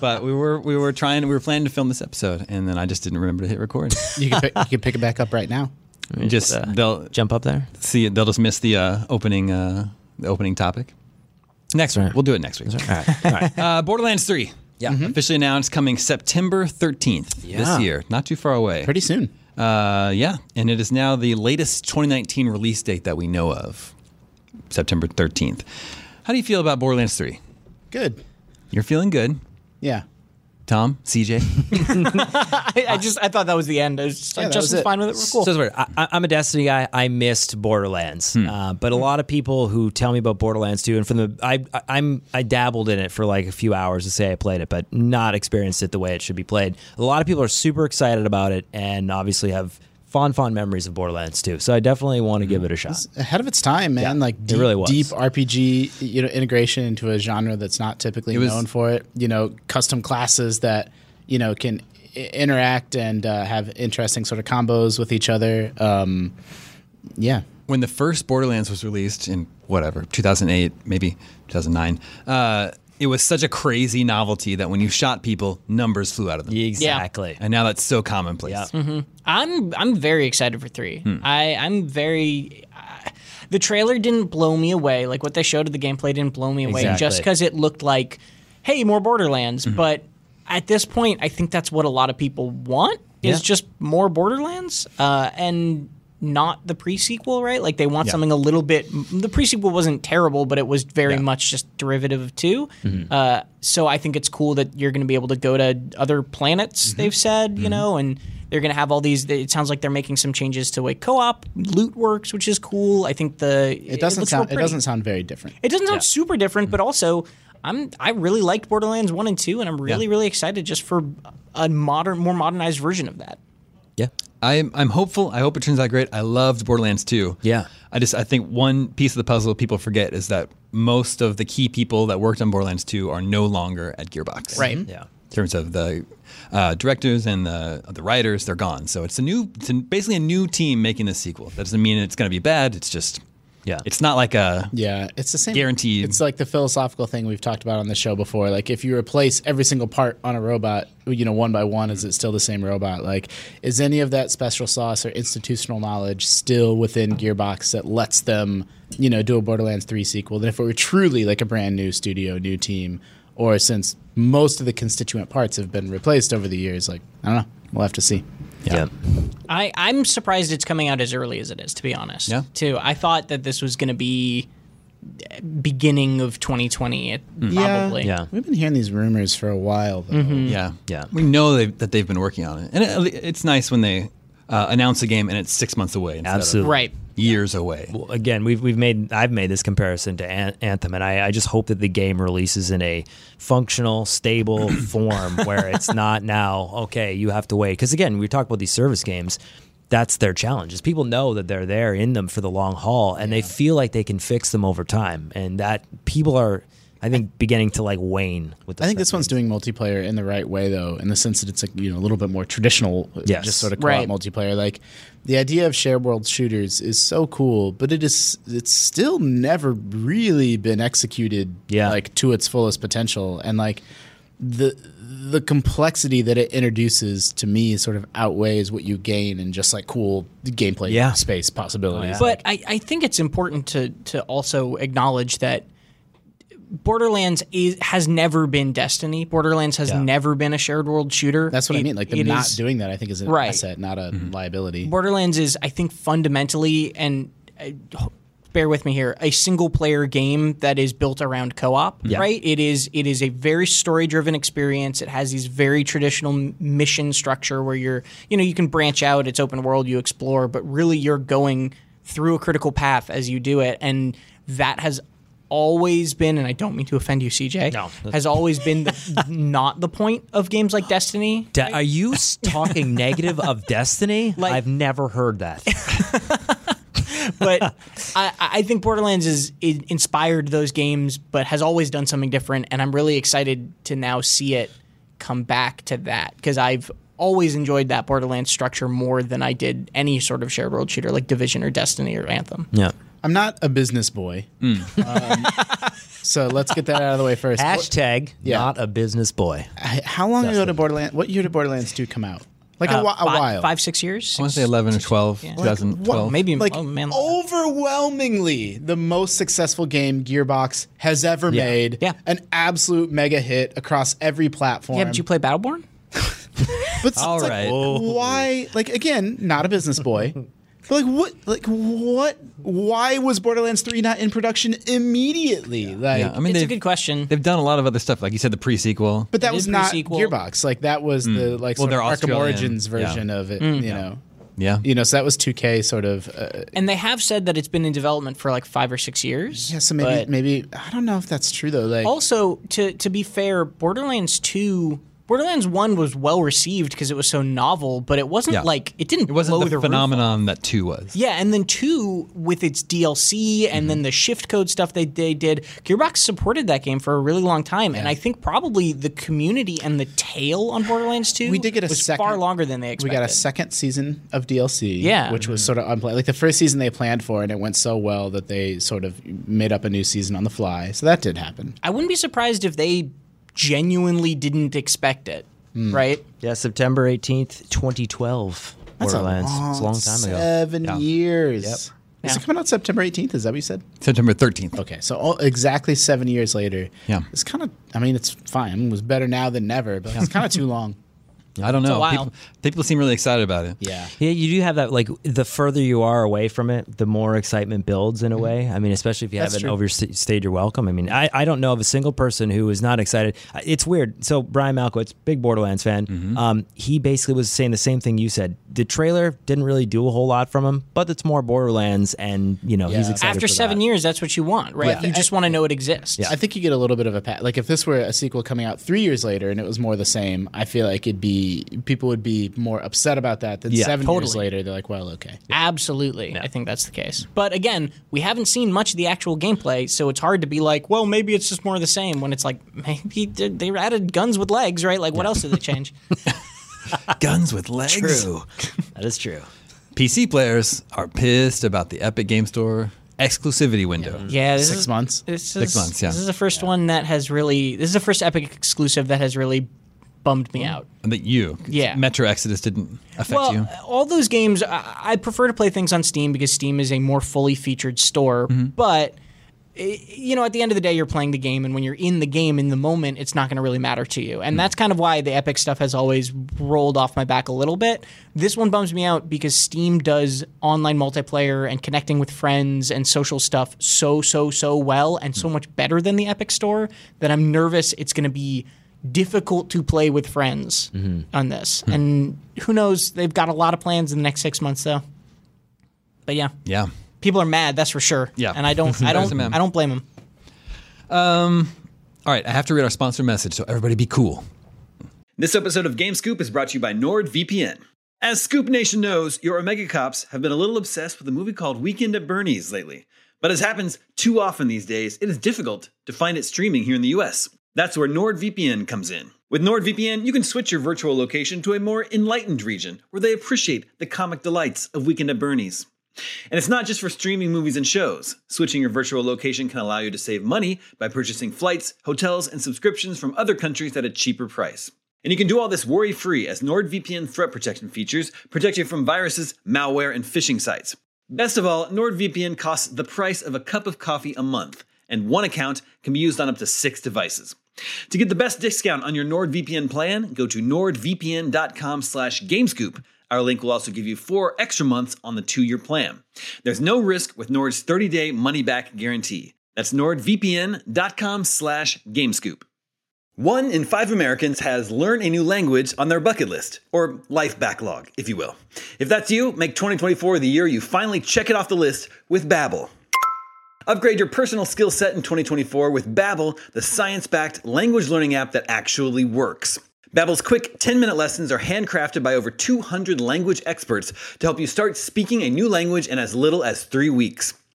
Speaker 3: but we were we were trying we were planning to film this episode and then I just didn't remember to hit record.
Speaker 6: You can pick, you can pick it back up right now.
Speaker 3: just
Speaker 4: uh,
Speaker 3: they'll
Speaker 4: Jump up there.
Speaker 3: see it, they'll just miss the uh, opening uh, the opening topic. Next week.
Speaker 4: right.
Speaker 3: We'll do it next week.
Speaker 4: All right. All right.
Speaker 3: Uh, Borderlands 3.
Speaker 4: Yeah.
Speaker 3: Officially announced coming September 13th
Speaker 4: Yeah.
Speaker 3: this year. Not too far away.
Speaker 6: Pretty soon.
Speaker 3: Uh, yeah, and it is now the latest 2019 release date that we know of. September 13th. How do you feel about Borderlands 3?
Speaker 6: Good.
Speaker 3: You're feeling good.
Speaker 6: Yeah.
Speaker 3: Tom, CJ,
Speaker 5: I, I just I thought that was the end. I was just,
Speaker 6: Yeah, that was
Speaker 5: Justin's
Speaker 6: it.
Speaker 5: fine with it. We're cool.
Speaker 4: So it's weird. I, I- I'm a Destiny guy. I missed Borderlands, uh, but a lot of people who tell me about Borderlands too, and from the I, I I'm I dabbled in it for like a few hours to say I played it, but not experienced it the way it should be played. A lot of people are super excited about it, and obviously have fond fond memories of Borderlands too. So I definitely want to give it a shot.
Speaker 6: Ahead of its time, man. like deep,
Speaker 4: really was.
Speaker 6: deep RPG, you know, integration into a genre that's not typically
Speaker 3: was-
Speaker 6: known for it. You know, custom classes that you know can i- interact and uh, have interesting sort of combos with each other. Um, yeah,
Speaker 3: when the first Borderlands was released in whatever 2008, maybe 2009, uh, it was such a crazy novelty that when you shot people, numbers flew out of them.
Speaker 4: Exactly.
Speaker 3: And now that's so commonplace.
Speaker 4: Yeah.
Speaker 5: I'm I'm very excited for three.
Speaker 6: Hmm.
Speaker 5: I I'm very. I- the trailer didn't blow me away. Like what they showed of the gameplay didn't blow me away, just
Speaker 4: Exactly.
Speaker 5: because it looked like, hey, more Borderlands.
Speaker 6: Mm-hmm.
Speaker 5: But at this point, I think that's what a lot of people want is
Speaker 4: Yeah.
Speaker 5: just more Borderlands. Uh, and not the prequel, right? Like they want something a little bit. The prequel wasn't terrible, but it was very much just derivative of 2
Speaker 6: Mm-hmm.
Speaker 5: Uh, so I think it's cool that you're going to be able to go to other planets.
Speaker 6: Mm-hmm.
Speaker 5: They've said, you know, and they're going to have all these. It sounds like they're making some changes to way co-op loot works, which is cool. I think the
Speaker 6: It doesn't
Speaker 5: looks real
Speaker 6: sound. It
Speaker 5: pretty.
Speaker 6: doesn't sound very different.
Speaker 5: It doesn't sound super different, but also I'm I really liked Borderlands one and two, and I'm really really excited just for a modern, more modernized version of that.
Speaker 4: Yeah.
Speaker 7: I'm I'm hopeful. I hope it turns out great. I loved Borderlands 2.
Speaker 4: Yeah.
Speaker 7: I just I think one piece of the puzzle people forget is that most of the key people that worked on Borderlands 2 are no longer at Gearbox.
Speaker 6: Mm-hmm.
Speaker 5: Right.
Speaker 4: Yeah.
Speaker 7: In terms of the uh, directors and the the writers, they're gone. So it's a new, it's a, basically a new team making this sequel. That doesn't mean it's going to be bad. It's just,
Speaker 4: Yeah.
Speaker 7: it's not like a
Speaker 6: Yeah, it's the same.
Speaker 7: Guaranteed.
Speaker 6: It's like the philosophical thing we've talked about on the show before. Like, if you replace every single part on a robot, you know, one by one, is it still the same robot? Like, is any of that special sauce or institutional knowledge still within Gearbox that lets them, you know, do a Borderlands 3 sequel? Then, if it were truly like a brand new studio, new team, or since most of the constituent parts have been replaced over the years, like, I don't know. We'll have to see.
Speaker 4: Yeah.
Speaker 5: I I'm surprised it's coming out as early as it is. To be honest,
Speaker 7: Yeah.
Speaker 5: Too, I thought that this was going to be eh, beginning of 2020. It, Probably.
Speaker 4: Yeah.
Speaker 6: We've been hearing these rumors for a while, though.
Speaker 7: yeah
Speaker 4: Yeah.
Speaker 7: We know they, that they've been working on it, and it, it's nice when they uh, announce a game and it's six months away instead
Speaker 4: Absolutely.
Speaker 5: Right.
Speaker 7: of years away.
Speaker 4: again, we've we've made I've made this comparison to An- Anthem, and I, I just hope that the game releases in a functional, stable form where it's not now okay. You have to wait because again, we talk about these service games. That's their challenge. Is people know that they're there in them for the long haul, and they feel like they can fix them over time, and that people are, I think, beginning to like wane with.
Speaker 6: I think this one's doing multiplayer in the right way, though, in the sense that it's like you know a little bit more traditional, uh,
Speaker 4: Yes.
Speaker 6: just sort of co-op
Speaker 5: Right.
Speaker 6: multiplayer. Like the idea of shared world shooters is so cool, but it is it's still never really been executed
Speaker 4: Yeah.
Speaker 6: like to its fullest potential, and like the the complexity that it introduces to me sort of outweighs what you gain in just like cool gameplay
Speaker 4: Yeah. Oh,
Speaker 6: space possibilities.
Speaker 5: But I, I think it's important to to also acknowledge that Borderlands is, has never been Destiny. Borderlands has
Speaker 4: Yeah.
Speaker 5: never been a shared world shooter.
Speaker 6: That's what I
Speaker 5: It-
Speaker 6: mean. Like them
Speaker 5: it
Speaker 6: not
Speaker 5: is-
Speaker 6: doing that, I think, is an
Speaker 5: Right.
Speaker 6: asset, not a
Speaker 4: Mm-hmm.
Speaker 6: liability.
Speaker 5: Borderlands is, I think, fundamentally and uh, h- bear with me here, a single player game that is built around co-op. Right? It is. It is a very story driven experience. It has these very traditional m- mission structure where you're, you know, you can branch out. It's open world. You explore, but really you're going through a critical path as you do it, and that has always been and I don't mean to offend you CJ
Speaker 4: No.
Speaker 5: has always been the, not the point of games like Destiny
Speaker 4: De- are you s- talking negative of Destiny?
Speaker 5: Like-
Speaker 4: I've never heard that.
Speaker 5: but I, I think Borderlands is it inspired those games, but has always done something different, and I'm really excited to now see it come back to that because I've always enjoyed that Borderlands structure more than I did any sort of shared world shooter like Division or Destiny or Anthem.
Speaker 4: Yeah.
Speaker 6: I'm not a business boy.
Speaker 5: Hmm.
Speaker 6: Um, so let's get that out of the way first.
Speaker 4: Hashtag not a business boy.
Speaker 6: H- How long ago did Borderlands? What year did Borderlands 2 come out? Like a, whi-
Speaker 5: Fi-
Speaker 6: a while.
Speaker 5: Uh, five, six years,
Speaker 7: I want to
Speaker 5: six,
Speaker 7: say 11 or 12,
Speaker 6: What-
Speaker 7: 2012.
Speaker 5: maybe.
Speaker 6: like
Speaker 5: oh man,
Speaker 6: overwhelmingly the most successful game Gearbox has ever made.
Speaker 5: Yeah.
Speaker 6: An absolute mega hit across every platform.
Speaker 5: yeah. Did you play Battleborn?
Speaker 6: But it's
Speaker 7: All
Speaker 6: like,
Speaker 7: right.
Speaker 6: why? Like again, not a business boy. But like what? Like what? Why was Borderlands 3 not in production immediately? Like
Speaker 7: Yeah, I mean,
Speaker 5: it's a
Speaker 7: they've,
Speaker 5: good question.
Speaker 7: they've done a lot of other stuff, like you said, the pre-sequel.
Speaker 6: But that
Speaker 5: It
Speaker 6: was
Speaker 5: is
Speaker 6: not
Speaker 5: pre-sequel.
Speaker 6: Gearbox. Like that was the like
Speaker 7: Well,
Speaker 6: sort
Speaker 7: they're
Speaker 6: of Arkham
Speaker 7: Australian.
Speaker 6: Origins
Speaker 7: Yeah.
Speaker 6: version of it. You know,
Speaker 7: yeah,
Speaker 6: you know. So that was 2K sort of. Uh,
Speaker 5: and they have said that it's been in development for like five or six years.
Speaker 6: yeah. So maybe
Speaker 5: but-
Speaker 6: maybe I don't know if that's true though. Like
Speaker 5: also to to be fair borderlands 2 borderlands 1 was well received because it was so novel but it wasn't
Speaker 7: Yeah.
Speaker 5: like it didn't
Speaker 7: it wasn't
Speaker 5: blow
Speaker 7: the,
Speaker 5: roof
Speaker 7: phenomenon that two was.
Speaker 5: yeah, and then two with its DLC
Speaker 6: Mm-hmm.
Speaker 5: and then the shift code stuff they, they did. Gearbox supported that game for a really long time, and I think probably the community and the tail on Borderlands two
Speaker 6: We did get a
Speaker 5: was
Speaker 6: second-
Speaker 5: far longer than they
Speaker 6: we
Speaker 5: expected.
Speaker 6: got a second season of DLC.
Speaker 5: Yeah.
Speaker 6: Which was sort of unplanned. Like the first season they planned for, and it went so well that they sort of made up a new season on the fly. So that did happen.
Speaker 5: I wouldn't be surprised if they genuinely didn't expect it,
Speaker 6: Mm.
Speaker 5: right?
Speaker 4: Yeah, September 18th, 2012. Borderlands. it's a long time ago.
Speaker 6: Seven years. Is
Speaker 5: Yeah.
Speaker 6: it coming out September 18th? Is that what you said?
Speaker 7: September 13th.
Speaker 6: Okay, so all, exactly seven years later.
Speaker 7: Yeah.
Speaker 6: it's kind of. I mean, it's fine. It was better now than never, but it's kind of too long.
Speaker 7: I don't know.
Speaker 5: a while.
Speaker 7: People, people seem really excited about it.
Speaker 6: Yeah.
Speaker 4: Yeah, you do have that. Like the further you are away from it, the more excitement builds in a
Speaker 7: Mm-hmm.
Speaker 4: way. I mean, especially if you haven't overstayed your welcome. I mean, I, I don't know of a single person who is not excited. I- It's weird. So Brian Malkowitz, big Borderlands fan,
Speaker 7: Mm-hmm.
Speaker 4: um, he basically was saying the same thing you said. The trailer didn't really do a whole lot from him, but it's more Borderlands, and you know he's
Speaker 6: Yeah.
Speaker 4: excited.
Speaker 5: After
Speaker 4: for
Speaker 5: seven
Speaker 4: that.
Speaker 5: years, that's what you want, right? You just want to know it exists.
Speaker 6: I think you get a little bit of a pat. Like if this were a sequel coming out three years later and it was more the same, I feel like it'd be people would be more upset about that than
Speaker 4: Yeah,
Speaker 6: seven years
Speaker 5: totally.
Speaker 6: later. They're like, well, okay.
Speaker 5: Absolutely. I think that's the case. But again, we haven't seen much of the actual gameplay, so it's hard to be like, well, maybe it's just more of the same when it's like, maybe they they added guns with legs, right? Like, what else did they change?
Speaker 7: Guns with legs.
Speaker 4: True. that is true.
Speaker 7: PC players are pissed about the Epic Game Store exclusivity window.
Speaker 5: yeah, this
Speaker 6: Six
Speaker 5: is,
Speaker 6: months.
Speaker 5: This
Speaker 7: Six
Speaker 5: is,
Speaker 7: months, yeah.
Speaker 5: This is the first one that has really, this is the first Epic exclusive that has really bummed me out.
Speaker 7: And That you,
Speaker 5: Yeah.
Speaker 7: Metro Exodus didn't affect
Speaker 5: well,
Speaker 4: uh,
Speaker 7: you.
Speaker 5: all those games, I, I prefer to play things on Steam because Steam is a more fully featured store. But i- you know, at the end of the day, you're playing the game, and when you're in the game in the moment, it's not going to really matter to you.
Speaker 7: Hmm.
Speaker 5: And that's kind of why the Epic stuff has always rolled off my back a little bit. This one bums me out because Steam does online multiplayer and connecting with friends and social stuff so so so well and
Speaker 7: Hmm.
Speaker 5: so much better than the Epic Store that I'm nervous it's going to be difficult to play with friends
Speaker 7: Mm-hmm.
Speaker 5: on this.
Speaker 7: Hmm.
Speaker 5: And who knows? They've got a lot of plans in the next six months, though. But yeah,
Speaker 7: Yeah.
Speaker 5: people are mad. That's for sure.
Speaker 7: Yeah.
Speaker 5: and I don't, I
Speaker 7: There's
Speaker 5: don't,
Speaker 7: a man.
Speaker 5: I don't blame them.
Speaker 7: All right, I have to read our sponsor message, so everybody be cool.
Speaker 3: This episode of Game Scoop is brought to you by NordVPN. As Scoop Nation knows, your Omega Cops have been a little obsessed with a movie called Weekend at Bernie's lately. But as happens too often these days, it is difficult to find it streaming here in the US. That's where NordVPN comes in. With NordVPN, you can switch your virtual location to a more enlightened region where they appreciate the comic delights of Weekend at Bernie's. And it's not just for streaming movies and shows. Switching your virtual location can allow you to save money by purchasing flights, hotels, and subscriptions from other countries at a cheaper price. And you can do all this worry free as NordVPN threat protection features protect you from viruses, malware, and phishing sites. Best of all, NordVPN costs the price of a cup of coffee a month, and one account can be used on up to six devices. To get the best discount on your NordVPN plan, go to nordvpn.com slash gamescoop. Our link will also give you four extra months on the two-year plan. There's no risk with Nord's 30-day money-back guarantee. That's nordvpn.com slash gamescoop. One in five Americans has learn a new language on their bucket list, or life backlog, if you will. If that's you, make 2024 the year you finally check it off the list with Babbel. Upgrade your personal skill set in 2024 with Babbel, the science-backed language learning app that actually works. Babbel's quick 10-minute lessons are handcrafted by over 200 language experts to help you start speaking a new language in as little as 3 weeks.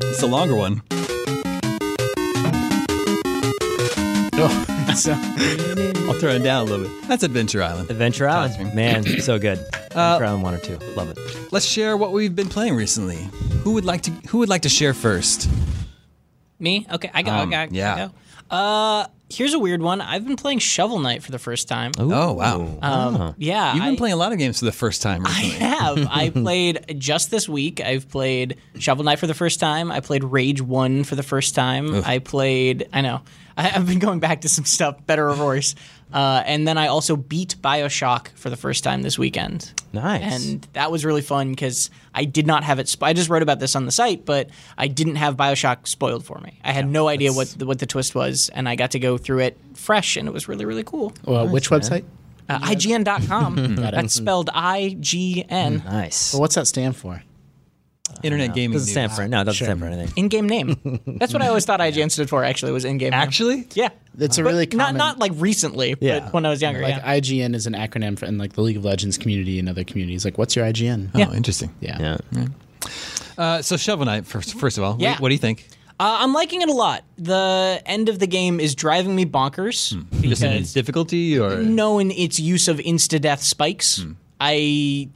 Speaker 7: It's a longer one.
Speaker 6: Oh, so,
Speaker 7: I'll throw it down a little bit. That's Adventure Island.
Speaker 4: Adventure Island,
Speaker 7: Fantastic.
Speaker 4: man, so good.
Speaker 7: Uh,
Speaker 4: Adventure Island one or two, love it.
Speaker 7: Let's share what we've been playing recently. Who would like to Who would like to share first?
Speaker 5: Me? Okay, I go.
Speaker 7: Um,
Speaker 5: I go.
Speaker 7: yeah.
Speaker 5: I go. Uh, here's a weird one. I've been playing Shovel Knight for the first time.
Speaker 7: Oh wow,
Speaker 5: Um, Yeah,
Speaker 7: you've been
Speaker 5: I-
Speaker 7: playing a lot of games for the first time
Speaker 5: I
Speaker 7: recently.
Speaker 5: have. I played just this week. I've played Shovel Knight for the first time. I played Rage One for the first time. I played. I know. I, I've been going back to some stuff, better or worse. Uh, and then I also beat Bioshock for the first time this weekend.
Speaker 4: Nice.
Speaker 5: And that was really fun because I did not have it. Sp- I just wrote about this on the site, but I didn't have Bioshock spoiled for me. I had no idea what the, what the twist was, and I got to go through it fresh, and it was really really cool.
Speaker 6: Well, which website?
Speaker 5: Uh, IGN.com. That's spelled I G N.
Speaker 4: Nice.
Speaker 6: Well, what's that stand for?
Speaker 7: Internet gaming.
Speaker 4: doesn't stand
Speaker 7: news.
Speaker 4: for no, it doesn't stand for anything.
Speaker 5: In-game name. That's what I always thought IGN stood for. Actually, was in-game. name.
Speaker 7: Actually,
Speaker 5: yeah.
Speaker 6: It's a
Speaker 5: But
Speaker 6: really
Speaker 5: not
Speaker 6: common,
Speaker 5: not like recently,
Speaker 4: Yeah.
Speaker 5: but when I was younger.
Speaker 6: like
Speaker 5: yeah.
Speaker 6: IGN is an acronym for in like the League of Legends community and other communities. Like, what's your IGN?
Speaker 7: Oh, interesting.
Speaker 6: Yeah.
Speaker 4: Yeah.
Speaker 7: Uh, so Shovel Knight. First, first of all, what-
Speaker 5: Yeah.
Speaker 7: what, do you think?
Speaker 5: Uh, I'm liking it a lot. The end of the game is driving me bonkers
Speaker 7: Just in
Speaker 5: because
Speaker 7: its difficulty or
Speaker 5: no, in its use of insta death spikes,
Speaker 7: Hmm.
Speaker 5: I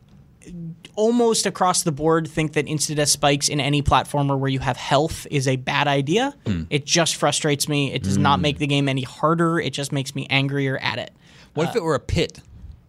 Speaker 5: almost across the board think that insta death spikes in any platformer where you have health is a bad idea.
Speaker 7: Hmm.
Speaker 5: It just frustrates me. It does not make the game any harder. It just makes me angrier at it.
Speaker 7: What if it were a pit?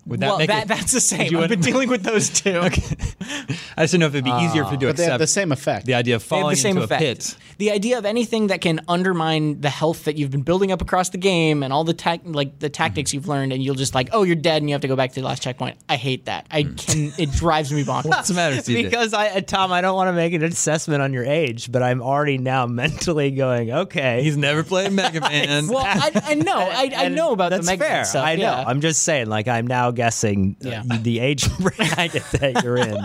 Speaker 7: Would that
Speaker 5: well,
Speaker 7: make
Speaker 5: that,
Speaker 7: it?
Speaker 5: that's the same.
Speaker 7: you
Speaker 5: I've been
Speaker 7: want-
Speaker 5: dealing with those two.
Speaker 7: I just don't know if it'd be easier
Speaker 5: Uh,
Speaker 7: for you to
Speaker 6: But they have
Speaker 7: accept
Speaker 6: the same effect.
Speaker 7: the idea of
Speaker 5: They have
Speaker 7: falling
Speaker 5: the same
Speaker 7: into
Speaker 5: effect.
Speaker 7: a pit.
Speaker 5: The idea of anything that can undermine the health that you've been building up across the game and all the tac like the tactics
Speaker 7: Hmm.
Speaker 5: you've learned, and you'll just like, oh, you're dead, and you have to go back to the last checkpoint. I hate that. I
Speaker 7: Hmm.
Speaker 5: can. it drives me
Speaker 7: What's
Speaker 5: bonkers.
Speaker 7: the matter, CJ?
Speaker 4: Because I, uh, Tom, I don't want to make an assessment on your age, but I'm already now mentally going, okay. Oh,
Speaker 7: He's never played Mega Man.
Speaker 5: well, I, I know. I, I know about
Speaker 4: that's
Speaker 5: the Mega
Speaker 4: fair.
Speaker 5: Man stuff.
Speaker 4: I know.
Speaker 5: yeah.
Speaker 4: I'm just saying, like, I'm now guessing uh,
Speaker 6: Yeah.
Speaker 4: the age bracket that you're in,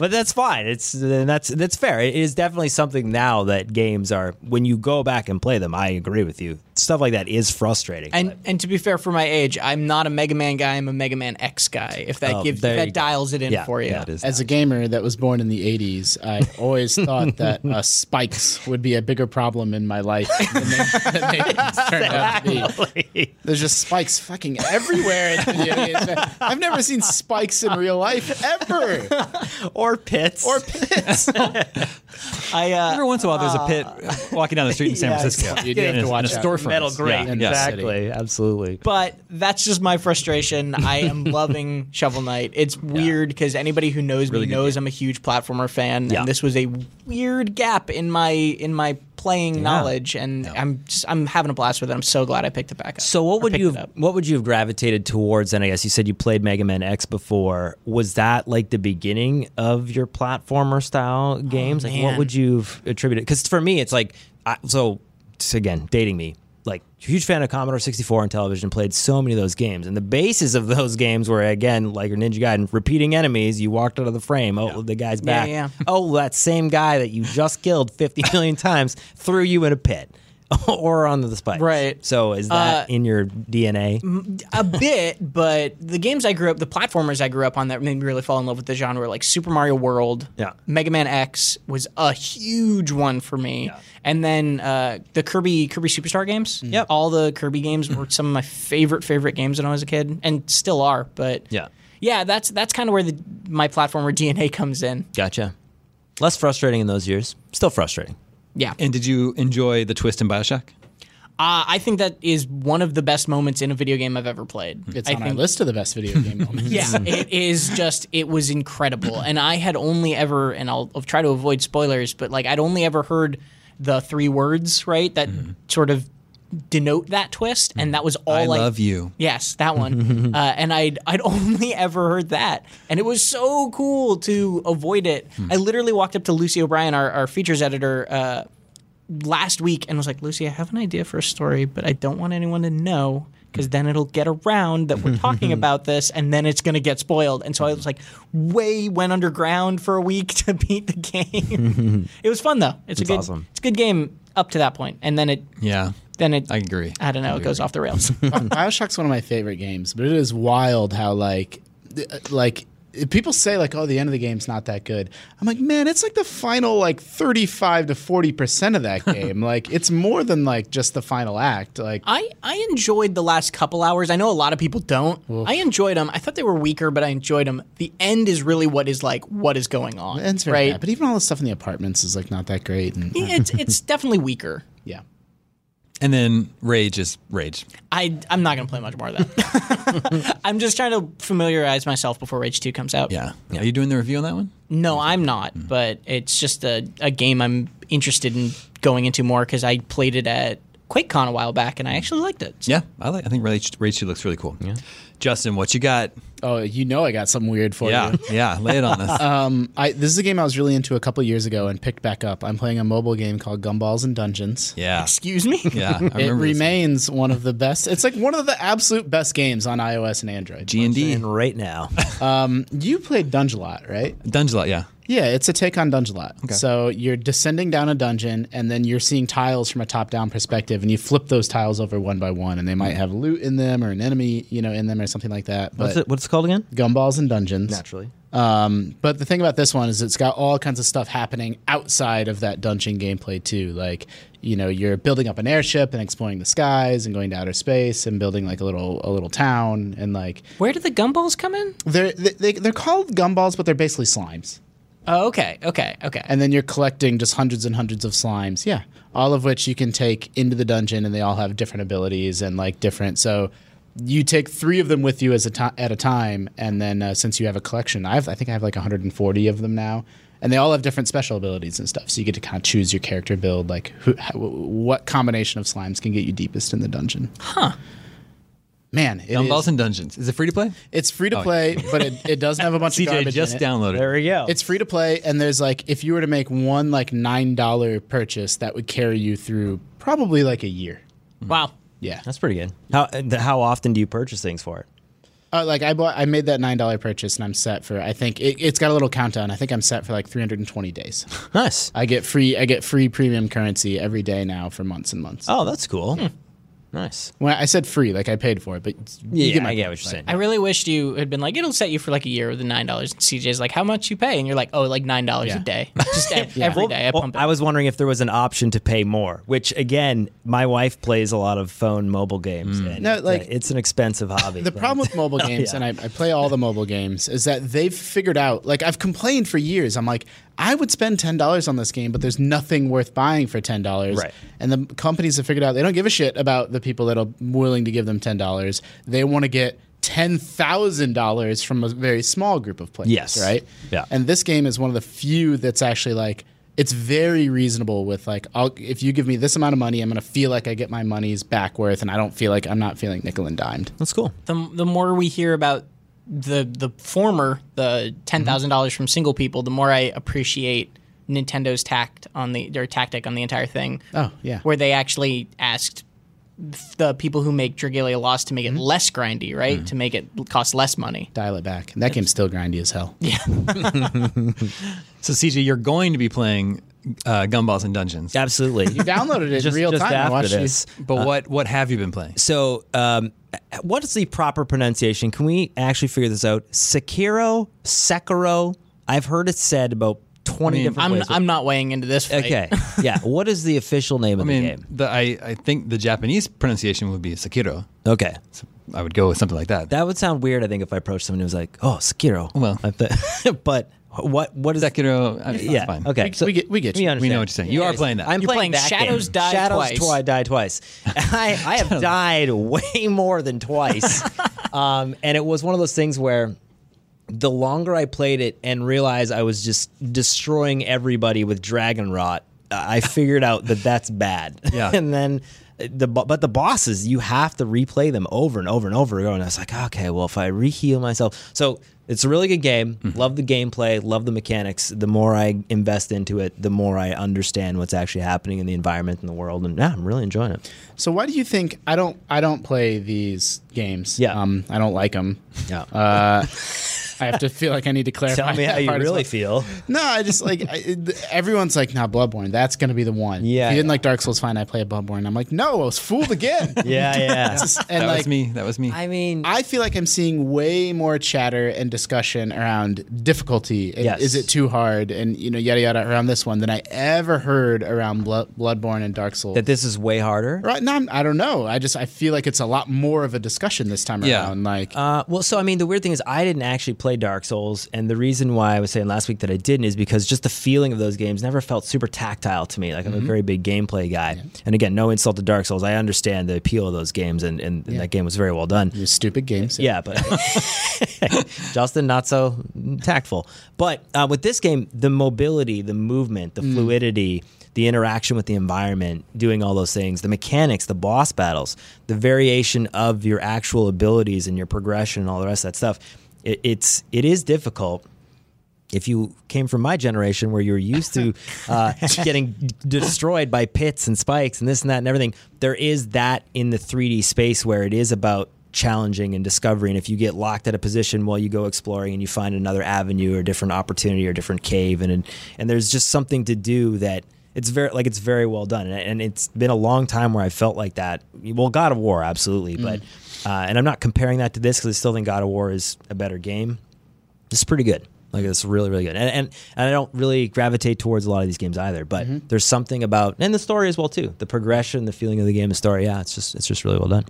Speaker 4: but that's fine. It's and that's that's fair. It is definitely something now that games are when you go back and play them. I agree with you. Stuff like that is frustrating.
Speaker 5: and and to be fair, for my age, I'm not a Mega Man guy. I'm a Mega Man X guy. If that
Speaker 4: Oh,
Speaker 5: gives
Speaker 4: there
Speaker 5: if that
Speaker 4: you go.
Speaker 5: dials it in
Speaker 4: yeah,
Speaker 5: for you.
Speaker 4: yeah, it is.
Speaker 6: As a gamer that was born in the 80s, I always thought that uh, spikes would be a bigger problem in my life than they, than they turned out to be. There's just spikes fucking everywhere in video games. I've never seen spikes in real life ever.
Speaker 4: or pits
Speaker 6: Or pits.
Speaker 5: I uh,
Speaker 7: Every once in a while, there's a pit walking down the street in San
Speaker 4: Yeah,
Speaker 7: Francisco.
Speaker 6: You do have
Speaker 7: In a-
Speaker 6: to watch
Speaker 7: in a
Speaker 6: out.
Speaker 7: storefront.
Speaker 4: metal grate.
Speaker 7: Yeah,
Speaker 6: in
Speaker 7: yeah.
Speaker 6: the city.
Speaker 4: exactly. Absolutely.
Speaker 5: but that's just my frustration. I am loving Shovel Knight. It's weird because anybody who knows
Speaker 7: Really
Speaker 5: me
Speaker 7: good
Speaker 5: knows
Speaker 7: game.
Speaker 5: I'm a huge platformer fan,
Speaker 4: Yeah.
Speaker 5: and this was a weird gap in my in my playing knowledge. And I'm just, I'm having a blast with it. I'm so glad I picked it back up.
Speaker 4: So what
Speaker 5: or
Speaker 4: would
Speaker 5: picked
Speaker 4: you
Speaker 5: it
Speaker 4: have,
Speaker 5: up.
Speaker 4: what would you have gravitated towards then? I guess you said you played Mega Man X before. Was that like the beginning of your platformer style games? like what
Speaker 5: Oh, man.
Speaker 4: would you have attributed? Because for me, it's like I, so. just again, dating me. Like huge fan of Commodore 64 and television. Played so many of those games, and the basis of those games were again like your Ninja Gaiden, repeating enemies. You walked out of the frame. Oh, the guy's
Speaker 5: Yeah,
Speaker 4: back.
Speaker 5: yeah.
Speaker 4: Oh, that same guy that you just killed 50 million times threw you in a pit. or onto the spikes.
Speaker 5: Right.
Speaker 4: So is that
Speaker 5: Uh,
Speaker 4: in your DNA?
Speaker 5: a bit, but the games I grew up, the platformers I grew up on that made me really fall in love with the genre, like Super Mario World,
Speaker 4: Yeah.
Speaker 5: Mega Man X was a huge one for me, and then uh, the Kirby Kirby Superstar games.
Speaker 4: Mm-hmm.
Speaker 5: Yep. all the Kirby games were some of my favorite favorite games when I was a kid, and still are. But
Speaker 4: Yeah.
Speaker 5: yeah, that's that's kind of where the my platformer DNA comes in.
Speaker 4: Gotcha. Less frustrating in those years. Still frustrating.
Speaker 5: Yeah,
Speaker 7: And did you enjoy the twist in Bioshock?
Speaker 5: uh, I think that is one of the best moments in a video game I've ever played.
Speaker 6: It's
Speaker 5: I
Speaker 6: on our
Speaker 5: think
Speaker 6: list of the best video game moments.
Speaker 5: Yeah,
Speaker 7: Mm-hmm.
Speaker 5: it is just it was incredible, and I had only ever and I'll, I'll try to avoid spoilers, but like I'd only ever heard the three words right that sort of denote that twist, and that was all
Speaker 7: Mm-hmm. I
Speaker 5: I
Speaker 7: love you.
Speaker 5: Yes, that one. uh, and I'd I'd only ever heard that, and it was so cool to avoid it.
Speaker 7: Hmm.
Speaker 5: I literally walked up to Lucy O'Brien, our, our features editor, uh, last week, and was like, Lucy, I have an idea for a story, but I don't want anyone to know because then it'll get around that we're talking about this, and then it's gonna get spoiled. And so I was like, way went underground for a week to beat the game. it was fun though. It's a good
Speaker 4: awesome.
Speaker 5: it's a good game up to that point, and then it
Speaker 7: Yeah.
Speaker 5: then it
Speaker 7: I agree.
Speaker 5: I don't know, it goes off the rails.
Speaker 6: Bioshock's one of my favorite games, but it is wild how like th- like people say like oh the end of the game's not that good. I'm like man, it's like the final like 35 to 40 percent of that game. like it's more than like just the final act. Like
Speaker 5: I, I enjoyed the last couple hours. I know a lot of people don't. I enjoyed them. I thought they were weaker, but I enjoyed them. The end is really what is like what is going on.
Speaker 6: it ends very
Speaker 5: right.
Speaker 6: bad, but even all the stuff in the apartments is like not that great. And
Speaker 5: it's it's definitely weaker.
Speaker 6: yeah,
Speaker 7: And then Rage is Rage.
Speaker 5: I I'm not gonna play much more of that. I'm just trying to familiarize myself before Rage Two comes out.
Speaker 7: Yeah. Are you doing the review on that one?
Speaker 5: No, I'm not. But it's just a, a game I'm interested in going into more because I played it at QuakeCon a while back, and I actually liked it.
Speaker 7: Yeah, I like. I think Ray, Ray Chu looks really cool. Yeah. Justin, what you got?
Speaker 6: Oh, you know I got something weird for
Speaker 7: Yeah,
Speaker 6: you.
Speaker 7: yeah. Lay it on us.
Speaker 6: I, this is a game I was really into a couple years ago and picked back up. I'm playing a mobile game called Gumballs and Dungeons.
Speaker 7: yeah,
Speaker 5: Excuse me.
Speaker 7: yeah. I
Speaker 6: It
Speaker 7: remember this.
Speaker 6: remains one of the best. It's like one of the absolute best games on iOS and Android.
Speaker 7: G and D
Speaker 4: And right now,
Speaker 6: you played Dungelot, right?
Speaker 7: Dungeon Lot. Yeah.
Speaker 6: Yeah, it's a take on Dungelot. So you're descending down a dungeon, and then you're seeing tiles from a top-down perspective, and you flip those tiles over one by one, and they might have loot in them or an enemy, you know, in them or something like that. But
Speaker 4: what's it? What's it called again?
Speaker 6: Gumballs and Dungeons.
Speaker 4: Naturally.
Speaker 6: Um, but the thing about this one is it's got all kinds of stuff happening outside of that dungeon gameplay too. Like, you know, you're building up an airship and exploring the skies and going to outer space and building like a little a little town and like
Speaker 5: Where did the gumballs come in?
Speaker 6: they're they, they, they're called gumballs, but they're basically slimes.
Speaker 5: Oh, okay, okay, okay.
Speaker 6: And then you're collecting just hundreds and hundreds of slimes. Yeah, all of which you can take into the dungeon, and they all have different abilities and like different. So. You take three of them with you as a ti at a time, and then uh, since you have a collection, I've, I think I have like 140 of them now, and they all have different special abilities and stuff. So you get to kind of choose your character build, like who, how, what combination of slimes can get you deepest in the dungeon. Huh. Man, it
Speaker 7: Gumballs
Speaker 6: is-
Speaker 7: and Oh, Dungeons. Is it free to play?
Speaker 6: it's free to play, but it, it doesn't have a bunch of
Speaker 7: CJ
Speaker 6: garbage.
Speaker 7: just
Speaker 6: in it.
Speaker 7: downloaded.
Speaker 4: There we go.
Speaker 6: It's free to play, and there's like if you were to make one like nine dollar purchase, that would carry you through probably like a year.
Speaker 5: wow.
Speaker 6: Yeah,
Speaker 4: That's pretty good. How th- how often do you purchase things for it?
Speaker 6: uh, like I bought, I made that nine dollar purchase, and I'm set for. I think it, it's got a little countdown. I think I'm set for like 320 days.
Speaker 4: Nice.
Speaker 6: I get free, I get free premium currency every day now for months and months.
Speaker 4: Oh, that's cool. Nice.
Speaker 6: When I said free, like I paid for it, but you
Speaker 4: Yeah,
Speaker 6: get my
Speaker 4: I get
Speaker 6: point.
Speaker 4: what you're saying.
Speaker 5: I really wished you had been like, it'll set you for like a year with the nine dollars. And CJ's like, how much you pay? And you're like, oh, like nine dollars
Speaker 6: Yeah.
Speaker 5: a day, just e- every
Speaker 4: Well,
Speaker 5: day. I
Speaker 4: well,
Speaker 5: pump it.
Speaker 4: I was wondering if there was an option to pay more, which again, my wife plays a lot of phone mobile games. And
Speaker 6: No,
Speaker 4: it's, uh,
Speaker 6: like-
Speaker 4: it's an expensive hobby.
Speaker 6: The
Speaker 4: but-
Speaker 6: problem with mobile games,
Speaker 4: Oh, yeah.
Speaker 6: and I, I play all the mobile games, is that they've figured out. Like I've complained for years. I'm like, I would spend ten dollars on this game, but there's nothing worth buying for ten dollars.
Speaker 4: Right.
Speaker 6: And the companies have figured out they don't give a shit about the people that are willing to give them ten dollars. They want to get ten thousand dollars from a very small group of players.
Speaker 4: Yes.
Speaker 6: Right.
Speaker 4: Yeah.
Speaker 6: And this game is one of the few that's actually like. It's very reasonable with like, I'll, if you give me this amount of money, I'm gonna feel like I get my money's back worth, and I don't feel like I'm not feeling nickel and dimed.
Speaker 4: That's cool.
Speaker 5: the, the more we hear about the the former, the ten thousand dollars
Speaker 7: Mm-hmm.
Speaker 5: from single people, the more I appreciate Nintendo's tact on the their tactic on the entire thing.
Speaker 6: Oh, yeah.
Speaker 5: where they actually asked the people who make Dragalia Lost to make
Speaker 7: Mm-hmm.
Speaker 5: it less grindy, right? To make it cost less money.
Speaker 6: dial it back. And that game's still grindy as hell.
Speaker 7: So CJ, you're going to be playing uh, Gumballs and Dungeons.
Speaker 4: Absolutely.
Speaker 6: You downloaded it
Speaker 4: just,
Speaker 6: in real
Speaker 4: just
Speaker 6: time and
Speaker 4: after
Speaker 6: watched
Speaker 4: this.
Speaker 6: these.
Speaker 7: But
Speaker 4: Uh,
Speaker 7: what what have you been playing?
Speaker 4: So, um, what is the proper pronunciation? Can we actually figure this out? Sekiro, Sekiro. I've heard it said about twenty
Speaker 7: mean,
Speaker 4: different
Speaker 5: I'm
Speaker 4: ways.
Speaker 5: I'm not weighing into this. Fight.
Speaker 4: okay. yeah. What is the official name
Speaker 7: I
Speaker 4: of the
Speaker 7: mean,
Speaker 4: game?
Speaker 7: the, I I think the Japanese pronunciation would be Sekiro.
Speaker 4: Okay.
Speaker 7: So I would go with something like that.
Speaker 4: That would sound weird. I think if I approached someone who was like, "Oh, Sekiro."
Speaker 7: Well.
Speaker 4: I th- but what what is
Speaker 7: Sekiro. I mean,
Speaker 4: Yeah.
Speaker 7: that's fine.
Speaker 4: Okay.
Speaker 6: We- we get- we get you. We
Speaker 7: We know what you're saying. You are playing that.
Speaker 4: I'm
Speaker 5: You're playing
Speaker 4: that
Speaker 5: Shadows
Speaker 4: game.
Speaker 5: Die
Speaker 4: Shadows
Speaker 5: Twice.
Speaker 4: Twi- die twice. I, I have died way more than twice. um, and it was one of those things where the longer I played it and realized I was just destroying everybody with dragon rot, I figured out that that's bad.
Speaker 7: Yeah.
Speaker 4: and then the bo- but the bosses you have to replay them over and over and over again. And I was like, okay, well if I reheal myself, so it's a really good game. Love the gameplay, love the mechanics. The more I invest into it, the more I understand what's actually happening in the environment and the world, and yeah, I'm really enjoying it.
Speaker 6: So why do you think I don't I don't play these games?
Speaker 4: Yeah.
Speaker 6: Um, I don't like them.
Speaker 4: Yeah.
Speaker 6: Uh, I have to feel like I need to clarify.
Speaker 4: Tell me how
Speaker 6: that
Speaker 4: you
Speaker 6: part as
Speaker 4: really
Speaker 6: well.
Speaker 4: feel.
Speaker 6: No, I just like I, it- everyone's like, "Nah, Bloodborne, that's gonna be the one."
Speaker 4: Yeah,
Speaker 6: If you didn't
Speaker 4: yeah.
Speaker 6: like Dark Souls, fine. I play Bloodborne. I'm like, no, I was fooled again.
Speaker 4: Yeah, yeah.
Speaker 6: It's just- and
Speaker 7: that
Speaker 6: like
Speaker 7: was me. That was me.
Speaker 4: I mean,
Speaker 6: I feel like I'm seeing way more chatter and discussion around difficulty. And
Speaker 4: Yes.
Speaker 6: Is it too hard? And you know, yada yada around this one than I ever heard around Blo- Bloodborne and Dark Souls.
Speaker 4: that this is way harder.
Speaker 6: right? No, I'm, I don't know. I just I feel like it's a lot more of a discussion this time
Speaker 7: Yeah.
Speaker 6: around. Like,
Speaker 4: Uh, well, so I mean, the weird thing is, I didn't actually play Dark Souls, and the reason why I was saying last week that I didn't is because just the feeling of those games never felt super tactile to me. Like I'm a very big gameplay guy, and again, no insult to Dark Souls, I understand the appeal of those games, and, and, and that game was very well done.
Speaker 6: these stupid games.
Speaker 4: Yeah, but Justin not so tactful. But uh, with this game, the mobility, the movement, the fluidity, the interaction with the environment, doing all those things, the mechanics, the boss battles, the variation of your actual abilities and your progression and all the rest of that stuff. It, it's it is difficult if you came from my generation where you're used to uh, getting d- destroyed by pits and spikes and this and that and everything, there is that in the 3D space where it is about challenging and discovery. And if you get locked at a position while you go exploring and you find another avenue or different opportunity or different cave, and and, and there's just something to do that. It's very like it's very well done, and, and it's been a long time where I felt like that. Well, God of War, absolutely, but uh, and I'm not comparing that to this because I still think God of War is a better game, it's pretty good. Like it's really, really good. And, and and I don't really gravitate towards a lot of these games either. But there's something about and the story as well too. The progression, the feeling of the game, the story. Yeah, it's just it's just really well done.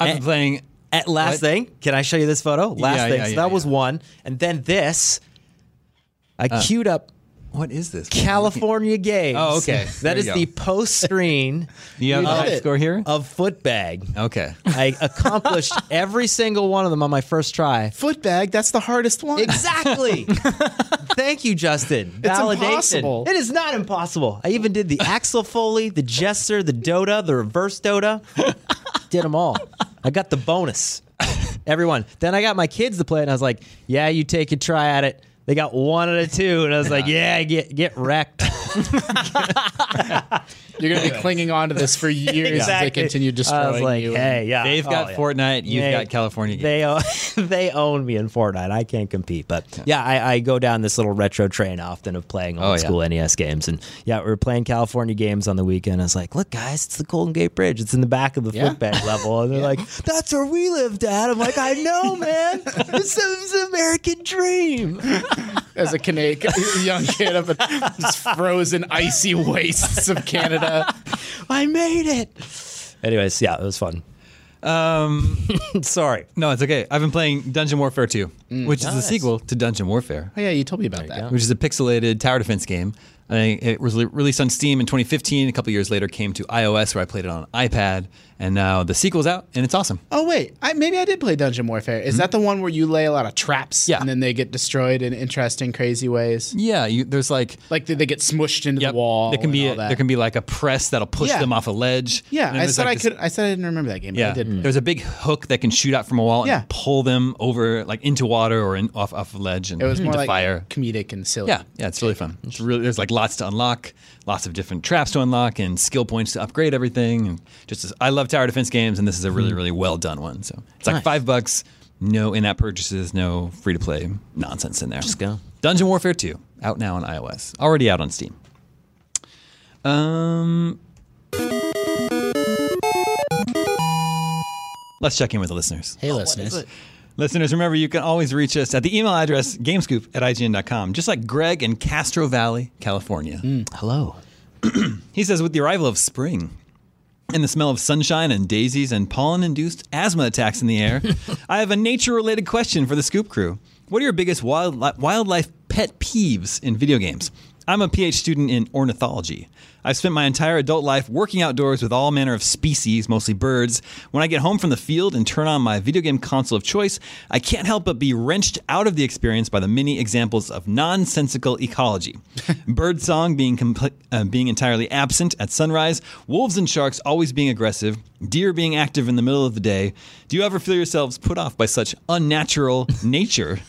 Speaker 7: I've been playing.
Speaker 4: At last
Speaker 7: What?
Speaker 4: thing, can I show you this photo? Last
Speaker 7: Yeah,
Speaker 4: thing.
Speaker 7: yeah,
Speaker 4: so
Speaker 7: yeah,
Speaker 4: that was
Speaker 7: yeah.
Speaker 4: one, and then this. I queued up
Speaker 7: What is this?
Speaker 4: California games.
Speaker 7: Oh, okay. There
Speaker 4: that
Speaker 7: you
Speaker 4: is
Speaker 7: go.
Speaker 4: the post screen
Speaker 7: Do you have the
Speaker 6: did
Speaker 7: high
Speaker 6: it.
Speaker 7: score here?
Speaker 4: of Footbag.
Speaker 7: Okay.
Speaker 4: Oh. I accomplished every single one of them on my first try.
Speaker 6: Foot bag, that's the hardest one.
Speaker 4: Exactly. Thank you, Justin. Validation.
Speaker 6: impossible.
Speaker 4: It is not impossible. I even did the Axel Foley, the Jester, the Dota, the Reverse Dota. did them all. I got the bonus. Everyone. Then I got my kids to play, it, and I was like, "Yeah, you take a try at it." They got one out of two, and I was like, "Yeah, get get wrecked."
Speaker 6: You're going to be clinging on to this for years as they continue destroying
Speaker 4: I was like,
Speaker 6: you.
Speaker 4: "Hey, yeah."
Speaker 7: They've
Speaker 4: oh,
Speaker 7: got
Speaker 4: yeah.
Speaker 7: Fortnite. You've
Speaker 4: They-
Speaker 7: got California. Games.
Speaker 4: They own, they own me in Fortnite. I can't compete. But yeah, I, I go down this little retro train often of playing old
Speaker 7: Oh, yeah.
Speaker 4: school NES games. And yeah, we were playing California games on the weekend. I was like, look, guys, it's the Golden Gate Bridge. It's in the back of the
Speaker 6: Yeah.
Speaker 4: footbed level. And they're like, that's where we live, Dad. I'm like, I know, man. This is the American dream.
Speaker 6: as a Canadian young kid up in these frozen icy wastes of Canada.
Speaker 4: I made it. Anyways, yeah, it was fun. Um, sorry.
Speaker 7: No, it's okay. I've been playing Dungeon Warfare 2,
Speaker 4: Mm,
Speaker 7: which is the sequel to Dungeon Warfare,
Speaker 6: Oh yeah, you told me about that.
Speaker 7: which is a pixelated tower defense game. I think it was released on Steam in 2015. A couple years later, came to iOS where I played it on iPad, and now the sequel's out, and it's awesome.
Speaker 6: Oh wait, I, maybe I did play Dungeon Warfare. Is that the one where you lay a lot of traps
Speaker 7: Hmm? Yeah.
Speaker 6: and then they get destroyed in interesting, crazy ways?
Speaker 7: Yeah, you, there's like
Speaker 6: Like they, they get smushed into
Speaker 7: yep,
Speaker 6: the wall.
Speaker 7: There can be
Speaker 6: and
Speaker 7: a,
Speaker 6: all that.
Speaker 7: there can be like a press that'll push
Speaker 6: Yeah.
Speaker 7: them off a ledge.
Speaker 6: Yeah,
Speaker 7: And then
Speaker 6: I
Speaker 7: there's,
Speaker 6: said
Speaker 7: like,
Speaker 6: I
Speaker 7: this-
Speaker 6: could. I said I didn't remember that game. but
Speaker 7: Yeah, Hmm.
Speaker 6: I did.
Speaker 7: there's a big hook that can shoot out from a wall
Speaker 6: Yeah.
Speaker 7: and pull them over, like into water or in, off off a ledge and
Speaker 6: It was
Speaker 7: into
Speaker 6: more like
Speaker 7: fire.
Speaker 6: comedic and silly.
Speaker 7: Yeah, yeah, it's really fun. It's really there's like lots to unlock, lots of different traps to unlock, and skill points to upgrade everything. And just as, I love tower defense games, and this is a really really well done one. So it's like five bucks, no in-app purchases, no free to play nonsense in there. Just
Speaker 4: go.
Speaker 7: Dungeon Warfare Two out now on iOS, already out on Steam. Um. Let's check in with the listeners.
Speaker 6: Hey, listeners.
Speaker 7: Listeners, remember you can always reach us at the email address gamescoop at ign.com, just like Greg in Castro Valley, California.
Speaker 4: Hello.
Speaker 7: He says, with the arrival of spring and the smell of sunshine and daisies and pollen induced asthma attacks in the air, I have a nature related question for the Scoop Crew. What are your biggest wildli- wildlife pet peeves in video games? I'm a PhD student in ornithology. I've spent my entire adult life working outdoors with all manner of species, mostly birds. When I get home from the field and turn on my video game console of choice, I can't help but be wrenched out of the experience by the many examples of nonsensical ecology. Birdsong being comple- uh, being entirely absent at sunrise, wolves and sharks always being aggressive, deer being active in the middle of the day. Do you ever feel yourselves put off by such unnatural nature?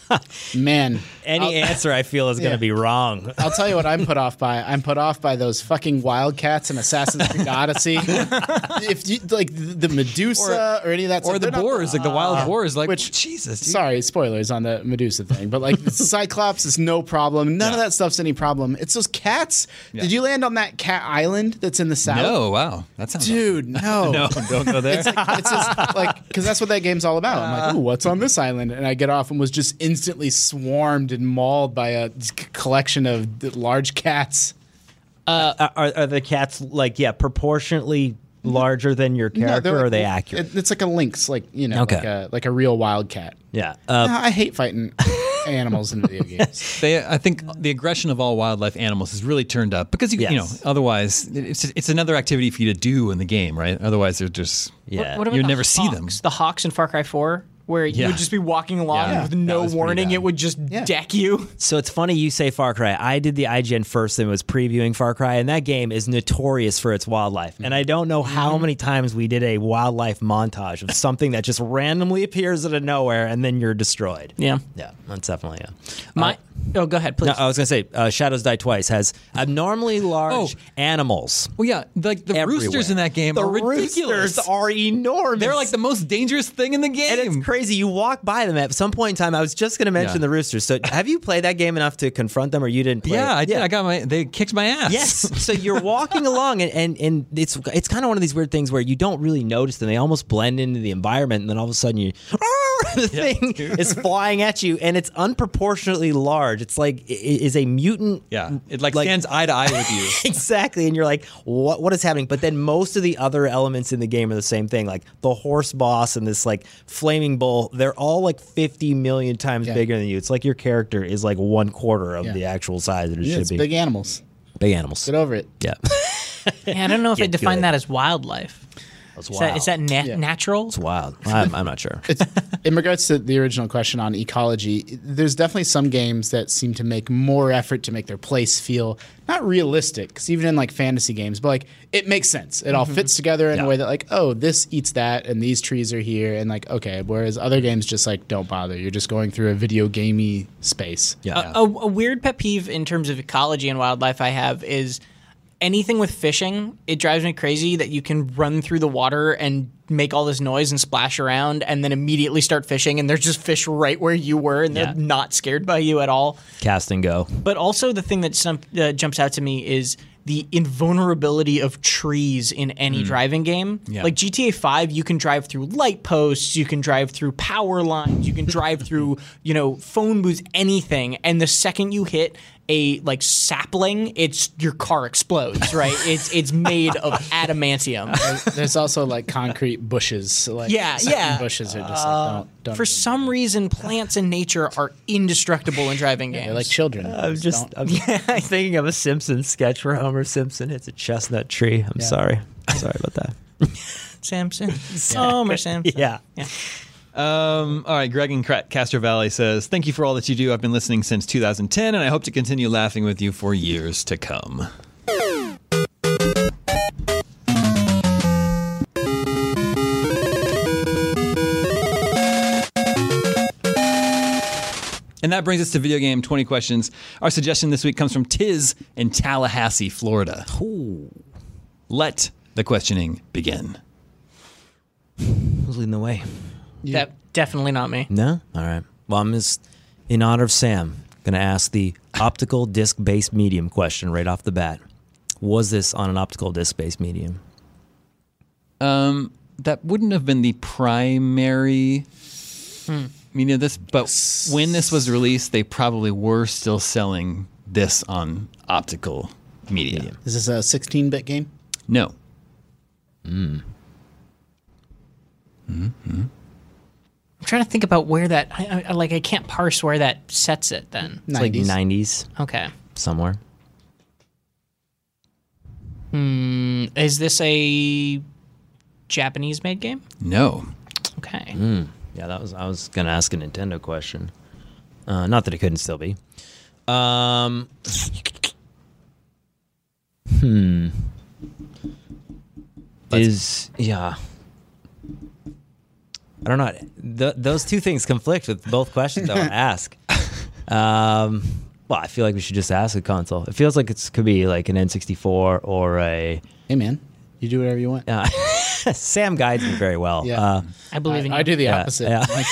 Speaker 6: Man,
Speaker 4: Any answer I feel is going to
Speaker 6: Yeah.
Speaker 4: be wrong.
Speaker 6: I'll tell you what I'm put off by. I'm put off by those fucking wildcats in Assassin's Creed Odyssey. if you like the Medusa or, any of that,
Speaker 7: or
Speaker 6: stuff,
Speaker 7: the
Speaker 6: they're not- Ah,
Speaker 7: boars, like the wild boars, like
Speaker 6: Which-
Speaker 7: Jesus. dude.
Speaker 6: Sorry, spoilers on the Medusa thing, but like Cyclops is no problem. None of
Speaker 7: Yeah.
Speaker 6: that stuff's any problem. It's those cats. Did you land on that cat island that's in the south?
Speaker 7: No, wow, that sounds
Speaker 6: Dude, no.
Speaker 7: No, don't go there.
Speaker 6: It's just like because that's what that game's all about. I'm
Speaker 4: Uh.
Speaker 6: like, ooh, what's on this island? And I get off and was just instantly swarmed and mauled by a c- collection of d- large cats.
Speaker 4: Are, are the cats like yeah proportionately
Speaker 7: Mm-hmm.
Speaker 4: larger than your character?
Speaker 6: they're
Speaker 4: or
Speaker 6: like-
Speaker 4: are they accurate?
Speaker 6: It, it's like a lynx, like you know,
Speaker 4: Okay.
Speaker 6: like a like a real wild cat.
Speaker 4: yeah. Uh,
Speaker 6: No, I hate fighting animals in video games.
Speaker 7: They, I think the aggression of all wildlife animals is really turned up because you, you know
Speaker 4: Yes.
Speaker 7: otherwise it's it's another activity for you to do in the game, right? Otherwise they're just
Speaker 4: Yeah.
Speaker 5: What about
Speaker 7: you
Speaker 5: the
Speaker 7: never see them.
Speaker 5: hawks? The hawks in Far Cry Four where you would just be walking along
Speaker 7: Yeah.
Speaker 5: with
Speaker 7: That
Speaker 5: no
Speaker 7: was pretty
Speaker 5: warning.
Speaker 7: bad.
Speaker 5: It would just deck you.
Speaker 4: So it's funny you say Far Cry. I did the IGN first and was previewing Far Cry, and that game is notorious for its wildlife. And
Speaker 7: Mm-hmm.
Speaker 4: I don't know how many times we did a wildlife montage of something that just randomly appears out of nowhere, and then you're destroyed.
Speaker 5: Yeah.
Speaker 4: Yeah, that's definitely yeah.
Speaker 5: My oh, go ahead, please.
Speaker 4: No, I was gonna say uh, Shadows Die Twice has abnormally large
Speaker 7: Oh.
Speaker 4: animals.
Speaker 7: Well, yeah, like the roosters
Speaker 4: everywhere.
Speaker 7: in that game
Speaker 4: the
Speaker 7: are ridiculous.
Speaker 4: roosters are enormous.
Speaker 7: They're like the most dangerous thing in the game.
Speaker 4: and it's crazy. You walk by them at some point in time. I was just gonna mention
Speaker 7: Yeah.
Speaker 4: the roosters. So have you played that game enough to confront them, or you didn't? play
Speaker 7: yeah,
Speaker 4: it?
Speaker 7: I did. I got my. They kicked my ass.
Speaker 4: Yes. So you're walking along, and, and, and it's it's kind of one of these weird things where you don't really notice them. They almost blend into the environment, and then all of a sudden you, the thing is flying at you, and it's unproportionately large. It's like it is a mutant.
Speaker 7: Yeah, it like,
Speaker 4: Like-
Speaker 7: stands eye to eye with you.
Speaker 4: Exactly, and you're like, what? What is happening? But then most of the other elements in the game are the same thing, like the horse boss and this like flaming bull. They're all like 50 million times
Speaker 6: Yeah.
Speaker 4: bigger than you. It's like your character is like one quarter of
Speaker 6: Yeah.
Speaker 4: the actual size that it
Speaker 6: Yeah,
Speaker 4: should
Speaker 6: it's
Speaker 4: be.
Speaker 6: big animals.
Speaker 4: Big animals.
Speaker 6: Get over it.
Speaker 4: Yeah,
Speaker 5: Yeah, I don't know if they define
Speaker 4: good.
Speaker 5: that as wildlife.
Speaker 4: that's
Speaker 5: Is that, is that na-
Speaker 6: Yeah.
Speaker 5: natural?
Speaker 4: It's wild. I'm, I'm not sure.
Speaker 6: It's, in regards to the original question on ecology, there's definitely some games that seem to make more effort to make their place feel not realistic, because even in like fantasy games, but like it makes sense. It all fits together in
Speaker 4: Mm-hmm. Yeah.
Speaker 6: a way that like, oh, this eats that, and these trees are here, and like, okay. Whereas other games just like don't bother. You're just going through a video gamey space.
Speaker 4: Yeah.
Speaker 5: A, a weird pet peeve in terms of ecology and wildlife I have is anything with fishing. It drives me crazy that you can run through the water and make all this noise and splash around, and then immediately start fishing, and there's just fish right where you were, and they're
Speaker 4: Yeah.
Speaker 5: not scared by you at all.
Speaker 4: Cast and go.
Speaker 5: But also the thing that some, uh, jumps out to me is the invulnerability of trees in
Speaker 6: Mm.
Speaker 5: any driving game. Like GTA 5, you can drive through light posts, you can drive through power lines, you can drive through, you know, phone booths, anything. And the second you hit a like sapling, it's your car explodes, right? it's it's made of adamantium.
Speaker 6: There's also like concrete bushes. so, like,
Speaker 5: Yeah,
Speaker 6: certain
Speaker 5: yeah.
Speaker 6: Bushes are just like
Speaker 4: Uh,
Speaker 6: don't don't.
Speaker 5: For some reason, plants and nature are indestructible in driving games.
Speaker 6: they're like children.
Speaker 4: I'm just
Speaker 6: don't-
Speaker 4: I'm thinking of a Simpsons sketch where Homer Simpson hits a chestnut tree. I'm sorry. I'm sorry about that.
Speaker 5: Samson. Homer Samson.
Speaker 4: Yeah.
Speaker 7: Um, all right, Greg in Cra- Castro Valley says, "Thank you for all that you do. I've been listening since 2010, and I hope to continue laughing with you for years to come." And that brings us to video game 20 questions. Our suggestion this week comes from Tiz in Tallahassee, Florida. Let the questioning begin.
Speaker 4: Who's leading the way?
Speaker 5: That, definitely not me.
Speaker 4: No? All right. Well, I'm just in honor of Sam, gonna ask the optical disc based medium question right off the bat. Was this on an optical disc based medium?
Speaker 7: that wouldn't have been the primary meaning of this, but when this was released, they probably were still selling this on optical media.
Speaker 6: Is this a 16-bit game?
Speaker 7: No.
Speaker 5: I'm trying to think about where that I, I, like I can't parse where that sets it then.
Speaker 4: It's like nineties
Speaker 5: Okay.
Speaker 4: somewhere.
Speaker 5: Is this a Japanese made game?
Speaker 7: No.
Speaker 5: Okay.
Speaker 4: Hmm. Yeah, that was I was gonna ask a Nintendo question. Uh, not that it couldn't still be. Um, hmm. Is yeah. I don't know. Th- those two things conflict with both questions I want to ask. Um, well, I feel like we should just ask a console. It feels like it could be like an N64 or a.
Speaker 6: Hey man, you do whatever you want.
Speaker 4: Uh, Sam guides me very well.
Speaker 6: Yeah.
Speaker 4: Uh,
Speaker 5: I believe in you.
Speaker 6: I do the opposite.
Speaker 4: yeah.
Speaker 6: Like,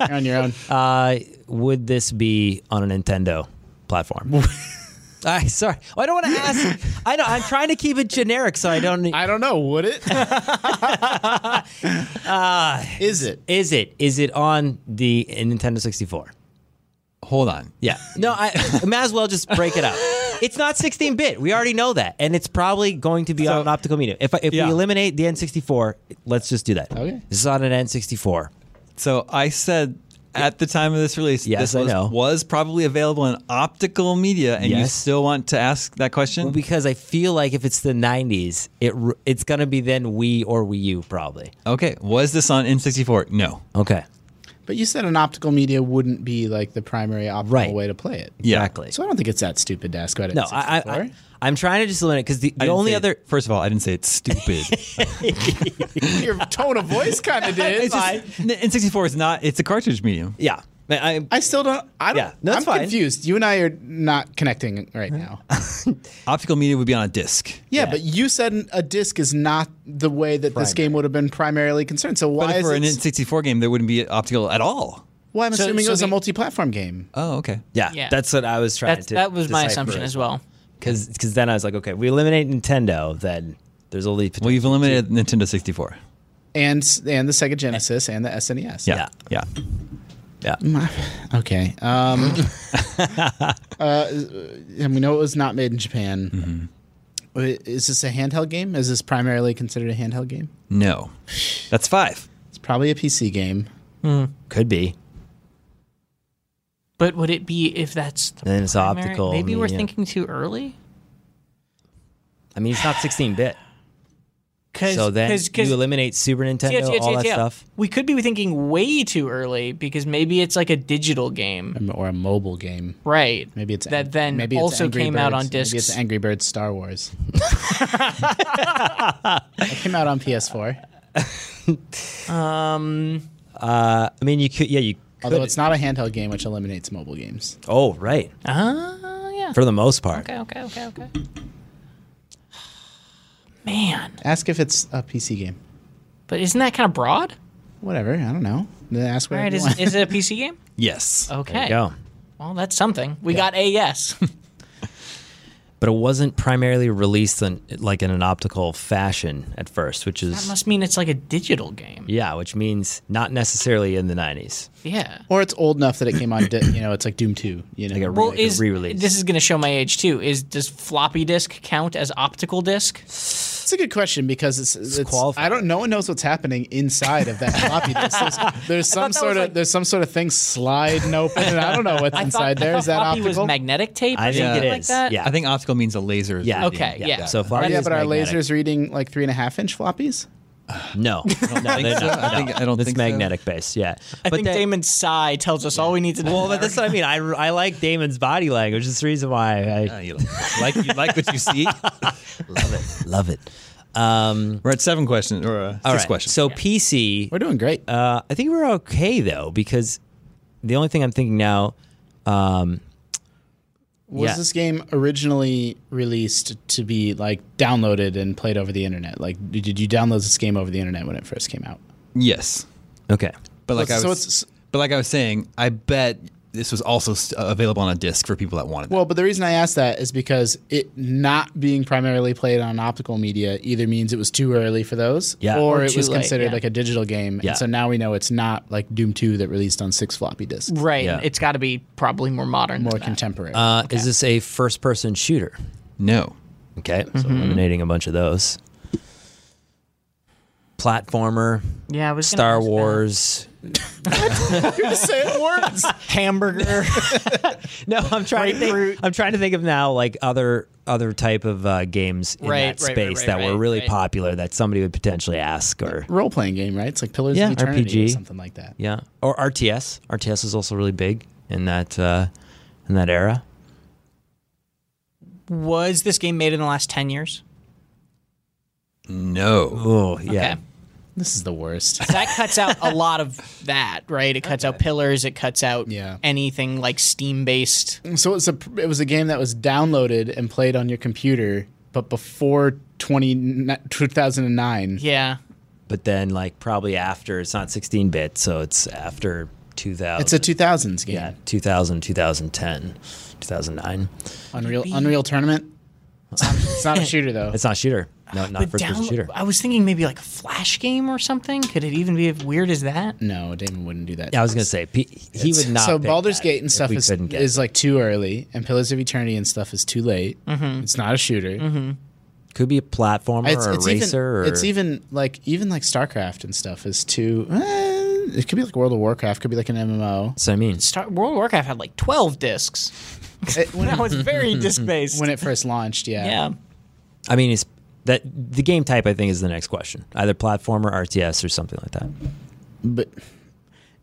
Speaker 6: you're on your own.
Speaker 4: Uh, would this be on a Nintendo platform? I sorry. Oh, I don't want to ask. I know. I'm trying to keep it generic, so I don't.
Speaker 6: I don't know. Would it? Uh, Is it?
Speaker 4: Is it? Is it on the Nintendo 64?
Speaker 7: Hold on.
Speaker 4: Yeah. No. I, I may as well just break it up. It's not 16-bit. We already know that, and it's probably going to be on an optical medium. If I, if
Speaker 7: Yeah.
Speaker 4: we eliminate the N64, let's just do that.
Speaker 6: Okay.
Speaker 4: This is on an N64.
Speaker 7: So I said at the time of this release,
Speaker 4: Yes,
Speaker 7: this
Speaker 4: I
Speaker 7: was,
Speaker 4: know.
Speaker 7: was probably available in optical media, and you
Speaker 4: Yes.
Speaker 7: still want to ask that question?
Speaker 4: Well, because I feel like if it's the 90s, it r- it's gonna be then Wii or Wii U probably.
Speaker 7: okay. Was this on N64? No.
Speaker 4: Okay.
Speaker 6: But you said an optical media wouldn't be like the primary optimal
Speaker 4: Right.
Speaker 6: way to play it.
Speaker 7: Yeah.
Speaker 4: Exactly.
Speaker 6: So I don't think it's that stupid to ask about it.
Speaker 4: no, I, I,
Speaker 6: 64.
Speaker 4: I, I'm trying to just limit it because the,
Speaker 7: I
Speaker 4: the
Speaker 7: didn't
Speaker 4: only
Speaker 7: say-
Speaker 4: other
Speaker 7: First of all, I didn't say it's stupid.
Speaker 6: Your tone of voice kind of did.
Speaker 7: it's just, N64 is not. It's a cartridge medium.
Speaker 4: yeah, I, I-
Speaker 6: I still don't. I don't.
Speaker 4: Yeah, no,
Speaker 6: I'm
Speaker 4: that's fine. Uh-huh.
Speaker 6: confused. You and I are not connecting right now. yeah,
Speaker 7: Optical media would be on a disc.
Speaker 6: but you said a disc is not the way that this game would have been primarily concerned. So why
Speaker 7: But
Speaker 6: is
Speaker 7: for an
Speaker 6: it?
Speaker 7: N64 game, there wouldn't be optical at all.
Speaker 6: well, I'm
Speaker 5: So-
Speaker 6: assuming
Speaker 5: so
Speaker 6: it was a
Speaker 5: the-
Speaker 6: multi-platform game.
Speaker 7: Oh, okay.
Speaker 4: yeah,
Speaker 5: Yeah.
Speaker 4: that's what I was trying
Speaker 5: That's,
Speaker 4: to.
Speaker 5: that was my assumption as well.
Speaker 4: Because then I was like, okay, we eliminate Nintendo, then there's only
Speaker 7: Well, you've eliminated Nintendo 64.
Speaker 6: and and the Sega Genesis and the E SNES.
Speaker 7: Yeah. Yeah.
Speaker 4: yeah.
Speaker 6: Okay. Um, uh, and we know it was not made in Japan.
Speaker 4: Mm-hmm.
Speaker 6: Uh, Is this a handheld game? Is this primarily considered a handheld game?
Speaker 7: No. That's five.
Speaker 6: It's probably a PC game.
Speaker 4: could be.
Speaker 5: But would it be if that's the
Speaker 4: Then it's
Speaker 5: primary-
Speaker 4: optical
Speaker 5: Maybe we're
Speaker 4: media.
Speaker 5: thinking too early.
Speaker 4: I mean, it's not 16 bit.
Speaker 5: Cause,
Speaker 4: So then
Speaker 5: 'cause- 'cause-
Speaker 4: you eliminate Super Nintendo,
Speaker 5: yeah, yeah,
Speaker 4: all
Speaker 5: yeah,
Speaker 4: that
Speaker 5: yeah.
Speaker 4: stuff.
Speaker 5: We could be thinking way too early because maybe it's like a digital game,
Speaker 6: um, or a mobile game.
Speaker 5: right?
Speaker 6: Mm-hmm. Maybe it's
Speaker 5: that then
Speaker 6: maybe it's
Speaker 5: also
Speaker 6: Angry
Speaker 5: came out on
Speaker 6: Birds. Maybe it's
Speaker 5: discs.
Speaker 6: Angry Birds Star Wars. it came out on PS4.
Speaker 4: Uh, I mean, you could, yeah, you. Could,
Speaker 6: Although it's not a handheld game, which eliminates mobile games.
Speaker 4: oh, right,
Speaker 5: Ah, yeah.
Speaker 4: for the most part.
Speaker 5: Okay, okay, okay, okay. Man,
Speaker 6: Ask if it's a PC game.
Speaker 5: but isn't that kind of broad?
Speaker 6: Whatever. I don't know. Then ask
Speaker 5: All
Speaker 6: where
Speaker 5: right, is, is it a PC game?
Speaker 7: Yes.
Speaker 5: Okay.
Speaker 4: There you go.
Speaker 5: Well, that's something. We got a yes.
Speaker 4: But it wasn't primarily released in, like in an optical fashion at first, which
Speaker 5: that
Speaker 4: is
Speaker 5: must mean it's like a digital game.
Speaker 4: yeah, which means not necessarily in the 90s.
Speaker 5: Yeah.
Speaker 6: or it's old enough that it came on. Di- you know, it's like Doom Two. You know,
Speaker 4: Like a re-
Speaker 5: Well,
Speaker 4: like a
Speaker 5: is
Speaker 4: re-release.
Speaker 5: this is going to show my age too? Is does floppy disk count as optical disk?
Speaker 6: It's a good question because it's, it's,
Speaker 4: qualified.
Speaker 6: I don't. No one knows what's happening inside of that floppy disk. There's, there's some
Speaker 5: that
Speaker 6: sort
Speaker 5: was
Speaker 6: of
Speaker 5: like-
Speaker 6: there's some sort of thing sliding open, and I don't know what's inside
Speaker 5: I
Speaker 6: there.
Speaker 5: thought
Speaker 6: Is that
Speaker 5: floppy
Speaker 6: optical?
Speaker 5: was magnetic tape?
Speaker 4: I
Speaker 5: or
Speaker 4: think
Speaker 5: something
Speaker 4: it
Speaker 5: like
Speaker 4: is.
Speaker 5: that?
Speaker 4: Yeah.
Speaker 7: I think optical means a laser.
Speaker 4: Yeah.
Speaker 5: Okay, yeah.
Speaker 4: So far,
Speaker 6: yeah, but are lasers reading like three and a half inch floppies?
Speaker 4: No, no, they're
Speaker 7: think so.
Speaker 4: not.
Speaker 7: uh, I
Speaker 4: No.
Speaker 7: think- I don't
Speaker 4: It's
Speaker 7: think so.
Speaker 4: magnetic based. Yeah,
Speaker 5: I think Damon Sigh tells us all we need to know.
Speaker 4: Well, but that's what I mean. I, I like Damon's body language. That's the reason why
Speaker 7: Ah,
Speaker 4: I
Speaker 7: you like, like you like what you see.
Speaker 4: love it. Love it. Um,
Speaker 7: We're at seven questions or uh, six
Speaker 4: all right.
Speaker 7: questions.
Speaker 4: So PC,
Speaker 6: We're doing great.
Speaker 4: uh, I think we're okay though because the only thing I'm thinking now, um,
Speaker 6: was
Speaker 4: yeah.
Speaker 6: this game originally released to be like downloaded and played over the internet? Like, did you download this game over the internet when it first came out?
Speaker 7: yes,
Speaker 4: okay,
Speaker 7: but like
Speaker 6: So-
Speaker 7: I
Speaker 6: so
Speaker 7: was,
Speaker 6: it's-
Speaker 7: but like I was saying, I bet this was also st- available on a disc for people that wanted.
Speaker 6: Well, but the reason I asked that is because it not being primarily played on optical media either means it was too early for those,
Speaker 4: Yeah.
Speaker 6: or,
Speaker 4: Or
Speaker 6: it
Speaker 5: too
Speaker 6: was
Speaker 5: late,
Speaker 6: considered
Speaker 5: yeah.
Speaker 6: like a digital game.
Speaker 4: Yeah.
Speaker 6: And so now we know it's not like Doom 2 that released on six floppy disks,
Speaker 5: right.
Speaker 4: Yeah.
Speaker 5: It's got to be probably more modern.
Speaker 6: more
Speaker 5: than that.
Speaker 6: contemporary.
Speaker 4: uh, is this a first person shooter?
Speaker 7: that. No,
Speaker 4: Okay, so
Speaker 5: Mm-hmm.
Speaker 4: eliminating a bunch of those. Platformer,
Speaker 5: Yeah, I was gonna
Speaker 4: Star
Speaker 5: ask that.
Speaker 4: Wars.
Speaker 6: Say words.
Speaker 5: hamburger.
Speaker 4: No, I'm trying. To think, I'm trying to think of now like other other type of uh, games in
Speaker 5: Right, right, right,
Speaker 4: that space
Speaker 5: right,
Speaker 4: that were
Speaker 5: right,
Speaker 4: really
Speaker 5: right.
Speaker 4: popular that somebody would potentially ask or
Speaker 6: Role playing game, right? It's like Pillars
Speaker 4: Yeah,
Speaker 6: of Eternity or
Speaker 4: RPG.
Speaker 6: something like that.
Speaker 4: yeah or RTS. RTS was also really big in that uh, in that era.
Speaker 5: was this game made in the last 10 years?
Speaker 7: no.
Speaker 4: Oh yeah,
Speaker 5: Okay.
Speaker 6: This is the worst.
Speaker 5: That cuts out a lot of that, right? It cuts out pillars, it cuts out
Speaker 6: Yeah.
Speaker 5: anything like Steam based.
Speaker 6: so it's a it was a game that was downloaded and played on your computer, but before 20, 2009.
Speaker 5: Yeah.
Speaker 4: but then like probably after it's not 16 bit, so it's after 2000.
Speaker 6: It's a 2000s game.
Speaker 4: yeah 2000 2010 2009.
Speaker 6: Unreal Unreal Tournament. It's not, it's not a shooter though.
Speaker 4: It's not a shooter. No, not first person
Speaker 5: download-
Speaker 4: shooter.
Speaker 5: I was thinking maybe like a flash game or something. Could it even be as weird as that?
Speaker 6: No, Damon wouldn't do that.
Speaker 4: Yeah, I was gonna say P- he would not.
Speaker 6: so
Speaker 4: pick
Speaker 6: Baldur's
Speaker 4: that
Speaker 6: Gate and
Speaker 4: if
Speaker 6: stuff
Speaker 4: we
Speaker 6: is,
Speaker 4: couldn't get
Speaker 6: is
Speaker 4: it.
Speaker 6: like too early, and Pillars of Eternity and stuff is too late.
Speaker 4: Mm-hmm.
Speaker 6: It's not a shooter.
Speaker 4: could be a platformer
Speaker 6: It's,
Speaker 4: or a
Speaker 6: it's
Speaker 4: racer
Speaker 6: even,
Speaker 4: or
Speaker 6: it's even like even like StarCraft and stuff is too. eh, it could be like World of Warcraft. Could be like an MMO.
Speaker 4: So I mean,
Speaker 5: Star- World of Warcraft had like 12 discs.
Speaker 6: It- when,
Speaker 5: That was very disc based.
Speaker 6: when it first launched, yeah.
Speaker 5: yeah.
Speaker 4: I mean, it's that the game type I think is the next question, either platformer, RTS, or something like that.
Speaker 6: But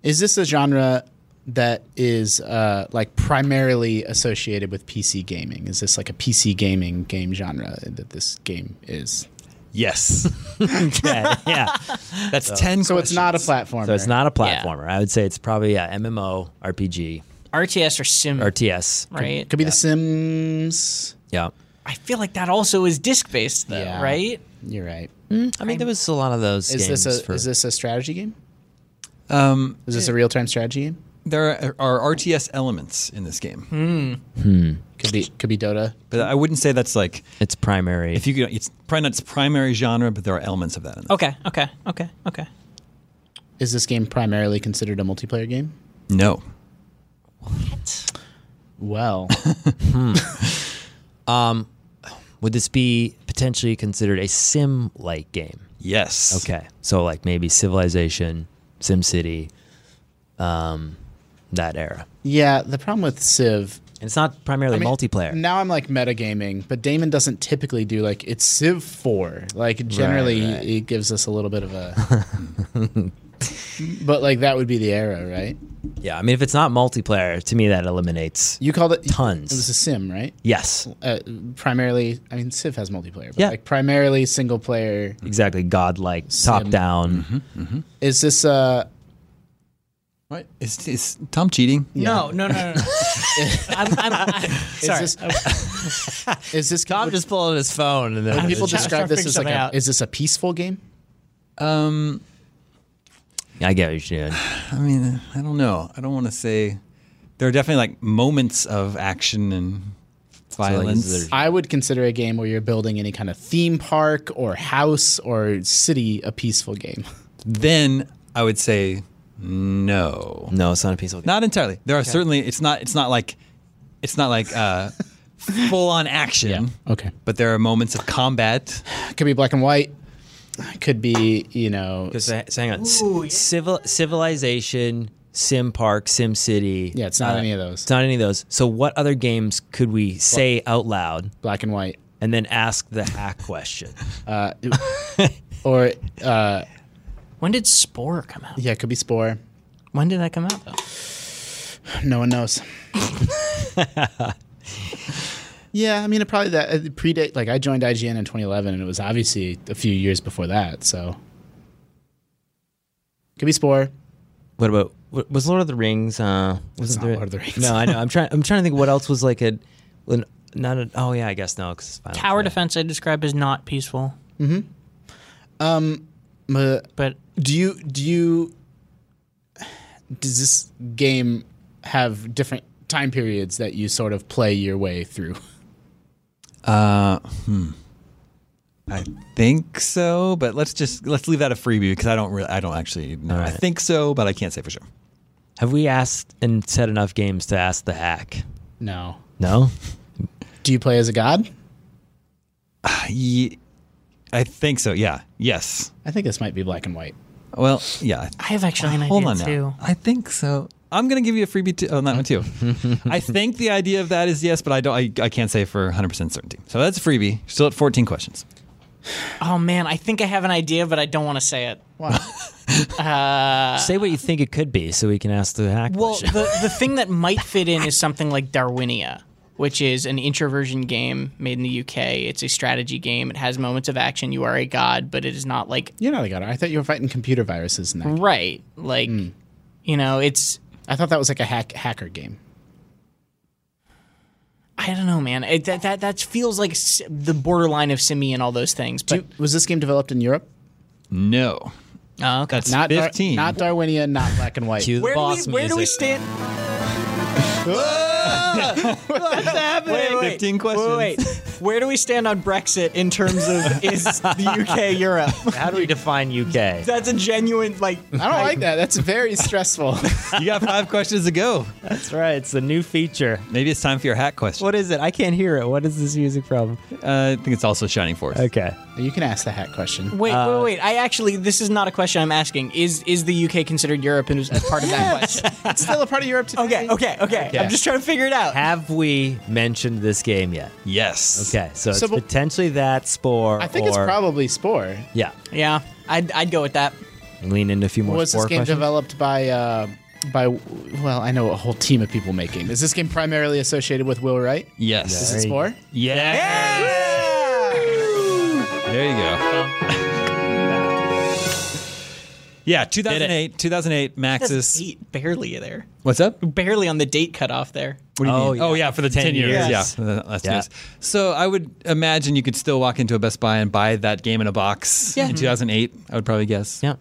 Speaker 6: Is this a genre that is uh, like primarily associated with PC gaming? Is this like a PC gaming game genre that this game is?
Speaker 7: Yes.
Speaker 4: yeah, yeah.
Speaker 7: That's 10
Speaker 6: So it's not a platformer.
Speaker 4: So it's not a
Speaker 5: Yeah.
Speaker 4: platformer. I would say it's probably yeah, MMO, RPG,
Speaker 5: RTS or sim,
Speaker 4: RTS.
Speaker 5: right?
Speaker 6: Could be The Sims.
Speaker 4: Yeah.
Speaker 5: I feel like that also is disc based though,
Speaker 6: Yeah.
Speaker 5: right?
Speaker 6: You're right.
Speaker 4: I mean, there was a lot of those.
Speaker 6: Is
Speaker 4: games
Speaker 6: this a
Speaker 4: for,
Speaker 6: is this a strategy game? Um, is this a real time strategy game?
Speaker 7: There are, are RTS elements in this game,
Speaker 6: Could be could be Dota.
Speaker 7: but I wouldn't say that's like
Speaker 4: its primary?
Speaker 7: if you could, it's probably not its primary genre, but there are elements of that. In it.
Speaker 5: Okay, okay, okay, okay.
Speaker 6: Is this game primarily considered a multiplayer game?
Speaker 4: Oh.
Speaker 7: No.
Speaker 6: Well,
Speaker 4: Would this be potentially considered a sim-like game?
Speaker 7: Yes.
Speaker 4: Okay, so like maybe Civilization, SimCity, um, that era.
Speaker 6: yeah. The problem with Civ
Speaker 4: And it's not primarily
Speaker 6: I mean,
Speaker 4: multiplayer.
Speaker 6: Now I'm like metagaming, but Damon doesn't typically do like it's Civ 4. Like generally
Speaker 4: right.
Speaker 6: it gives us a little bit of a But like that would be the era, right?
Speaker 4: Yeah, I mean, if it's not multiplayer, to me that eliminates.
Speaker 6: You called it
Speaker 4: Tons.
Speaker 6: It was a sim, right?
Speaker 4: yes,
Speaker 6: Uh, primarily, I mean Civ has multiplayer, but
Speaker 4: Yeah.
Speaker 6: like primarily single player.
Speaker 4: exactly. Godlike, top-down.
Speaker 6: Mm-hmm. Is this uh
Speaker 7: What? Is, is Tom cheating?
Speaker 5: No, no, no, no. no. I'm, I'm, I'm, sorry.
Speaker 6: is this Is this
Speaker 4: Tom
Speaker 6: would-
Speaker 4: just pulling his phone and then
Speaker 6: would people
Speaker 5: just trying
Speaker 6: describe
Speaker 5: to
Speaker 6: this
Speaker 5: figure
Speaker 6: as like
Speaker 5: something
Speaker 6: a,
Speaker 5: out.
Speaker 6: is this a peaceful game?
Speaker 7: Um,
Speaker 4: I get what you're doing.
Speaker 7: I mean, I don't know. I don't want to say. There are definitely like moments of action and
Speaker 4: like,
Speaker 7: violence.
Speaker 4: is there-
Speaker 6: I would consider a game where you're building any kind of theme park or house or city a peaceful game.
Speaker 7: then I would say no,
Speaker 4: No, it's not a peaceful game.
Speaker 7: not entirely. There are certainly. It's not. It's not like. It's not like uh, full on action.
Speaker 6: Okay.
Speaker 7: But there are moments of combat.
Speaker 6: could be black and white could be you know
Speaker 4: Because so hang on, S- civil civilization, Sim Park, Sim City.
Speaker 6: yeah it's not any of those
Speaker 4: It's not any of those. So what other games could we say out loud
Speaker 6: black and white
Speaker 4: and then ask the hack question?
Speaker 6: or uh
Speaker 5: when did Spore come out?
Speaker 6: yeah it could be spore
Speaker 5: When did that come out though?
Speaker 6: no one knows yeah i mean it probably that it predate like i joined ign in 2011 and it was obviously a few years before that so could be spore
Speaker 4: What about what- was Lord of the Rings? Uh, wasn't
Speaker 6: not
Speaker 4: there,
Speaker 6: Lord of the Rings.
Speaker 4: No, I know. I'm trying. I'm trying to think what else was like a, an, not an. Oh yeah, I guess no. 'cause it's Final
Speaker 5: Tower
Speaker 4: Fantasy.
Speaker 5: defense I describe as not peaceful,
Speaker 6: M-
Speaker 5: but
Speaker 6: do you do you does this game have different time periods that you sort of play your way through
Speaker 7: I think so, but let's just let's leave that a freebie because I don't really I don't actually know. I
Speaker 4: right.
Speaker 7: think so, but I can't say for sure.
Speaker 4: Have we asked and said enough games to ask the hack?
Speaker 6: no
Speaker 4: No.
Speaker 6: do you play as a god
Speaker 7: Ye- I think so. Yeah. Yes.
Speaker 6: I think this might be black and white.
Speaker 7: Well, yeah.
Speaker 5: I have actually an
Speaker 7: Uh, Hold
Speaker 5: idea
Speaker 7: on
Speaker 5: too.
Speaker 7: now. I think so. I'm gonna give you a freebie to, on that one too. I think the idea of that is yes, but I don't. I, I can't say for 100 percent certainty. So that's a freebie. Still at 14 questions.
Speaker 5: Oh man, I think I have an idea, but I don't want to say it.
Speaker 4: say what you think it could be, so we can ask the hack
Speaker 5: Well,
Speaker 4: question.
Speaker 5: the, the thing that might fit in is something like Darwinia, which is an introversion game made in the UK. It's a strategy game. It has moments of action. You are a god, but it is not like
Speaker 6: You're not a god. I thought you were fighting computer viruses in that.
Speaker 5: right. Like, you know, it's
Speaker 6: I thought that was like a hack hacker game.
Speaker 5: I don't know, man. It, that that that feels like s- the borderline of Simi and all those things.
Speaker 6: Do
Speaker 5: But
Speaker 6: you- was this game developed in Europe?
Speaker 7: No.
Speaker 5: Oh, okay.
Speaker 7: That's
Speaker 6: Not Dar-
Speaker 7: 15.
Speaker 6: not Darwinia, not black and white.
Speaker 4: Cue the
Speaker 5: where do we
Speaker 4: boss
Speaker 5: where do we
Speaker 4: music.
Speaker 5: stand?
Speaker 7: What's happening?
Speaker 5: Wait, wait,
Speaker 7: 15 questions.
Speaker 5: Wait, wait. where do we stand on Brexit in terms of is the UK Europe?
Speaker 4: How do we define UK?
Speaker 5: That's a genuine like.
Speaker 6: I don't like that. That's very stressful.
Speaker 7: You got five questions to go.
Speaker 4: That's right. It's a new feature.
Speaker 7: Maybe it's time for your hack question.
Speaker 4: What is it? I can't hear it. What is this music from?
Speaker 7: Uh, I think it's also Shining Force.
Speaker 4: Okay.
Speaker 6: you can ask the hack question.
Speaker 5: Wait, wait, wait! I actually, this is not a question I'm asking. Is is the UK considered Europe and is as part of that question?
Speaker 6: It's still a part of Europe today.
Speaker 5: Okay, okay, okay,
Speaker 6: Okay.
Speaker 5: I'm just trying to figure it out.
Speaker 4: Have we mentioned this game yet?
Speaker 7: Yes.
Speaker 4: Okay, so,
Speaker 6: So,
Speaker 4: it's
Speaker 6: but-
Speaker 4: potentially that spore.
Speaker 6: I think it's
Speaker 4: or-
Speaker 6: probably Spore.
Speaker 4: yeah.
Speaker 5: Yeah, I'd I'd go with that.
Speaker 4: Lean into a few more
Speaker 6: Was this
Speaker 4: score
Speaker 6: game
Speaker 4: questions.
Speaker 6: developed by uh, by well, I know a whole team of people making. Is this game primarily associated with Will Wright?
Speaker 7: Yes.
Speaker 6: Is it
Speaker 4: Very-
Speaker 6: Spore?
Speaker 7: There you go. yeah, 2008. 2008 Maxis.
Speaker 5: eight barely there,
Speaker 7: What's up? What
Speaker 5: barely on the date cutoff there.
Speaker 7: do you
Speaker 4: Oh,
Speaker 7: mean?
Speaker 4: yeah.
Speaker 7: Oh, yeah, for the 10,
Speaker 4: 10
Speaker 7: years.
Speaker 4: years.
Speaker 7: Yeah,
Speaker 5: Yes.
Speaker 7: for the last 10
Speaker 4: Yeah.
Speaker 7: years. So I would imagine you could still walk into a Best Buy and buy that game in a box
Speaker 5: Yeah.
Speaker 7: in 2008, I would probably guess.
Speaker 4: Yeah.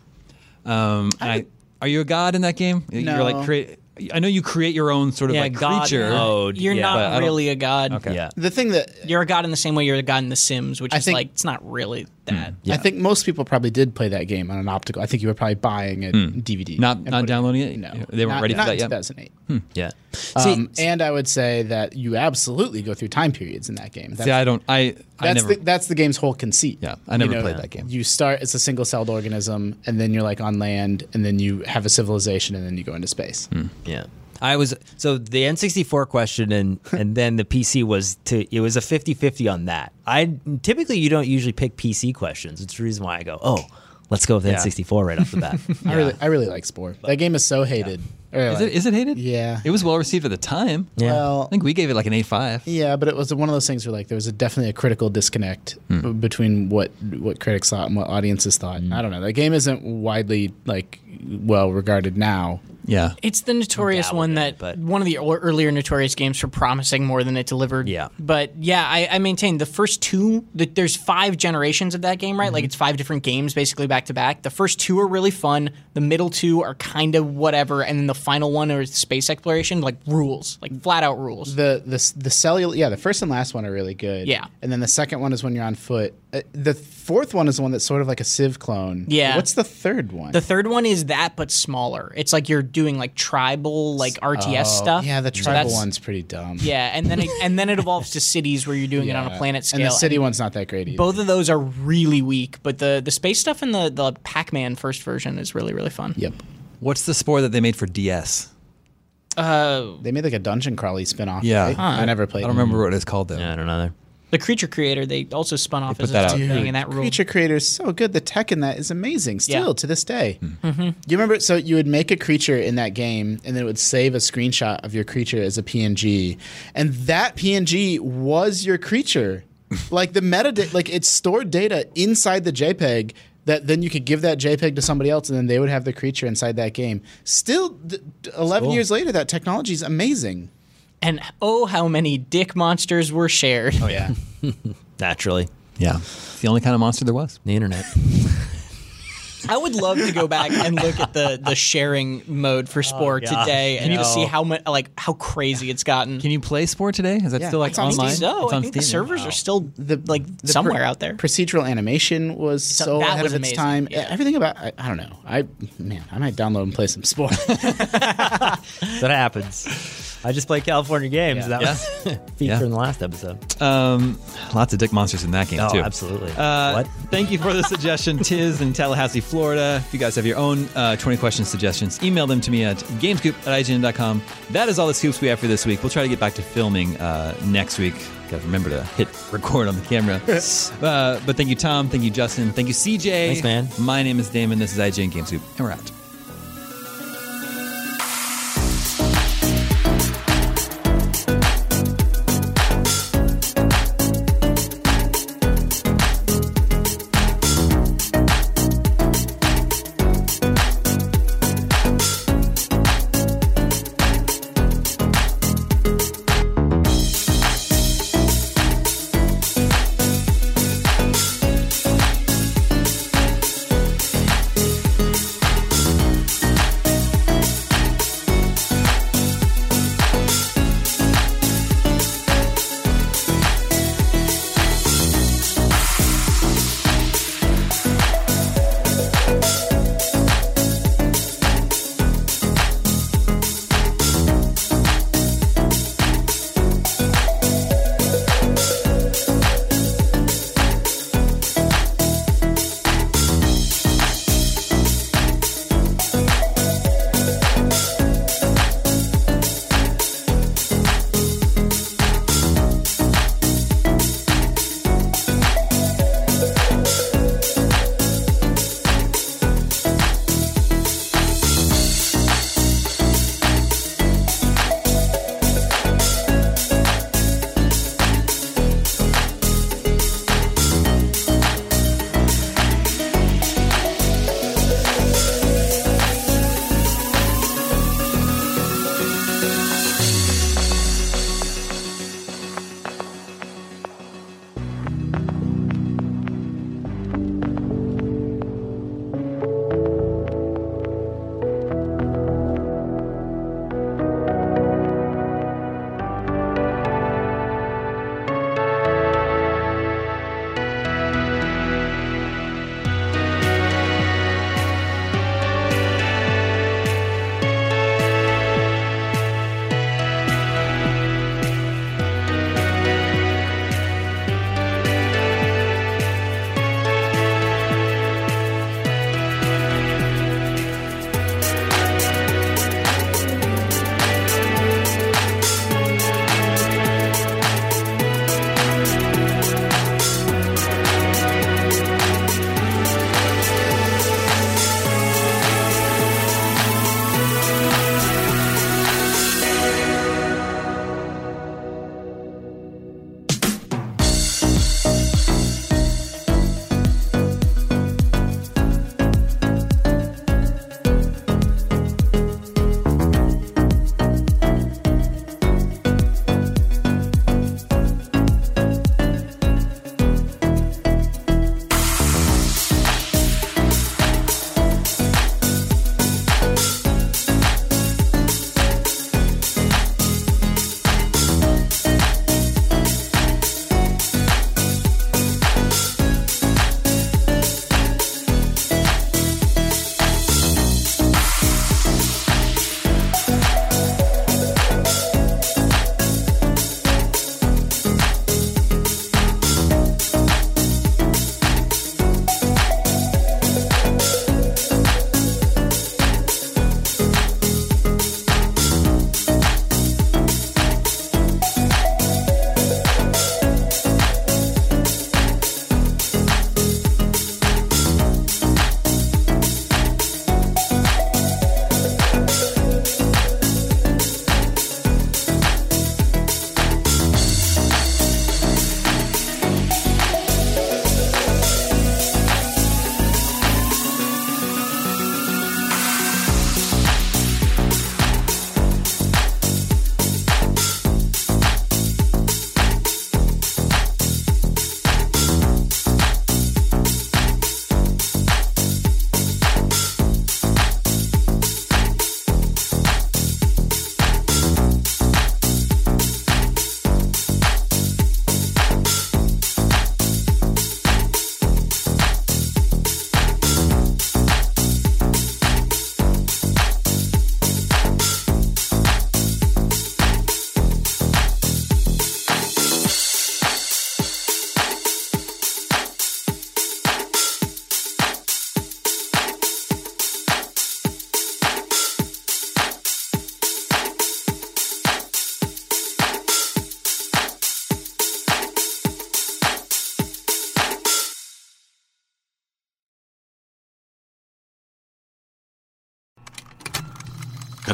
Speaker 7: Um, and I, are you a god in that game? You're
Speaker 6: No.
Speaker 7: like create. I know you create your own sort of like creature.
Speaker 4: mode,
Speaker 5: You're
Speaker 4: yeah. But I
Speaker 5: not
Speaker 7: don't-
Speaker 5: really a god. Okay.
Speaker 4: Yeah.
Speaker 6: The thing that
Speaker 5: You're a god in the same way you're a god in The Sims, which
Speaker 6: I
Speaker 5: is
Speaker 6: think-
Speaker 5: like it's not really that.
Speaker 6: I think most people probably did play that game on an optical. I think you were probably buying a DVD,
Speaker 7: Not
Speaker 6: and
Speaker 7: not
Speaker 6: putting
Speaker 7: downloading it.
Speaker 6: No,
Speaker 7: they weren't
Speaker 6: not,
Speaker 7: ready for
Speaker 6: not
Speaker 7: that
Speaker 6: in
Speaker 7: yet.
Speaker 6: 2008.
Speaker 4: Yeah. See,
Speaker 6: Um, and I would say that you absolutely go through time periods in that game. That's,
Speaker 7: See, I don't. I I
Speaker 6: that's
Speaker 7: never.
Speaker 6: the that's the game's whole conceit.
Speaker 7: Yeah, I never
Speaker 6: You
Speaker 7: played that game.
Speaker 6: You start as a single celled organism, and then you're like on land, and then you have a civilization, and then you go into space.
Speaker 7: Hmm.
Speaker 4: Yeah. I was so the N64 question and and then the PC was to it was a 50-50 on that. I typically you don't usually pick PC questions. It's the reason why I go, "Oh, let's go with N64 right off the bat."
Speaker 6: I really I really like Spore. That game is so hated. Or
Speaker 7: is
Speaker 6: like-
Speaker 7: it is it hated?
Speaker 6: Yeah.
Speaker 7: It was well received at the time.
Speaker 4: Yeah.
Speaker 7: I
Speaker 6: well,
Speaker 7: think we gave it like an A five.
Speaker 6: Yeah, but it was one of those things where like there was a, definitely a critical disconnect
Speaker 7: Hmm.
Speaker 6: b- between what what critics thought and what audiences thought. I don't know. That game isn't widely like well regarded now.
Speaker 7: Yeah.
Speaker 5: It's the notorious
Speaker 4: Dabbled
Speaker 5: one
Speaker 4: in
Speaker 5: that
Speaker 4: it, but-
Speaker 5: one of the or- earlier notorious games for promising more than it delivered.
Speaker 4: Yeah.
Speaker 5: but yeah, I, I maintain the first two. The, there's five generations of that game, right?
Speaker 4: Mm-hmm.
Speaker 5: Like it's five different games basically back to back. The first two are really fun. The middle two are kind of whatever, and then the final one is space exploration, like rules, like flat out rules.
Speaker 6: The the s- the cellular yeah the first and last one are really good.
Speaker 5: Yeah.
Speaker 6: and then the second one is when you're on foot. Uh, the fourth one is the one that's sort of like a Civ clone.
Speaker 5: Yeah.
Speaker 6: What's the third one?
Speaker 5: The third one is that, but smaller. It's like you're doing like tribal, like
Speaker 4: Oh,
Speaker 5: RTS stuff.
Speaker 6: Oh, yeah, the
Speaker 5: So
Speaker 6: tribal
Speaker 5: that's-
Speaker 6: one's pretty dumb.
Speaker 5: Yeah, and then it, and then it evolves to cities where you're doing it on a planet scale.
Speaker 6: And the city one's not that great either.
Speaker 5: Both of those are really weak, but the the space stuff in the the Pac-Man first version is really really fun.
Speaker 6: Yep.
Speaker 7: What's the spore that they made for DS?
Speaker 5: Uh,
Speaker 6: They made like a dungeon crawly spinoff.
Speaker 7: Yeah.
Speaker 6: right?
Speaker 7: Huh.
Speaker 6: I never played.
Speaker 7: I don't remember what it's called though.
Speaker 4: Mm. Yeah, I don't know. there.
Speaker 5: The creature creator they also spun off as
Speaker 7: put that
Speaker 5: a
Speaker 7: out.
Speaker 5: thing,
Speaker 6: Dude,
Speaker 5: and that rule.
Speaker 6: Creature creator is so good. The tech in that is amazing still
Speaker 5: Yeah.
Speaker 6: to this day. You remember? So you would make a creature in that game, and then it would save a screenshot of your creature as a PNG, and that PNG was your creature. like the metadata, like it stored data inside the JPEG that then you could give that JPEG to somebody else, and then they would have the creature inside that game. Still, d- d- eleven years later, that technology is amazing.
Speaker 5: And oh, how many dick monsters were shared!
Speaker 6: Oh yeah,
Speaker 4: Naturally,
Speaker 7: Yeah. It's the only kind of monster there was.
Speaker 4: the internet.
Speaker 5: I would love to go back and look at the the sharing mode for Spore
Speaker 4: gosh,
Speaker 5: today and
Speaker 4: no.
Speaker 5: just see how much like how crazy it's gotten.
Speaker 7: Can you play Spore today? Is that
Speaker 6: Yeah,
Speaker 7: still like
Speaker 6: it's on
Speaker 7: online?
Speaker 6: Steam.
Speaker 5: so
Speaker 7: It's
Speaker 5: I
Speaker 7: on
Speaker 5: think the
Speaker 7: Steam.
Speaker 5: servers are still
Speaker 6: the
Speaker 5: like
Speaker 6: the
Speaker 5: somewhere
Speaker 6: pro-
Speaker 5: out there.
Speaker 6: Procedural animation was so,
Speaker 5: that
Speaker 6: ahead
Speaker 5: was
Speaker 6: of its
Speaker 5: amazing,
Speaker 6: time.
Speaker 5: yeah.
Speaker 6: Everything about I, I don't know. I man, I might download and play some sport.
Speaker 4: that happens. I just play California games. That was featured
Speaker 7: Yeah.
Speaker 4: in the last episode.
Speaker 7: Um, lots of dick monsters in that game
Speaker 4: Oh,
Speaker 7: too.
Speaker 4: absolutely.
Speaker 7: Uh,
Speaker 4: what?
Speaker 7: Thank you for the suggestion, Tiz in Tallahassee, Florida. If you guys have your own uh, 20 question suggestions, email them to me at gamescoop at IGN.com. That is all the scoops we have for this week. We'll try to get back to filming uh, next week. Got to remember to hit record on the camera. uh, but thank you, Tom. Thank you, Justin. Thank you, CJ.
Speaker 4: Thanks, man.
Speaker 7: My name is Damon. This is IGN Gamescoop, and we're out.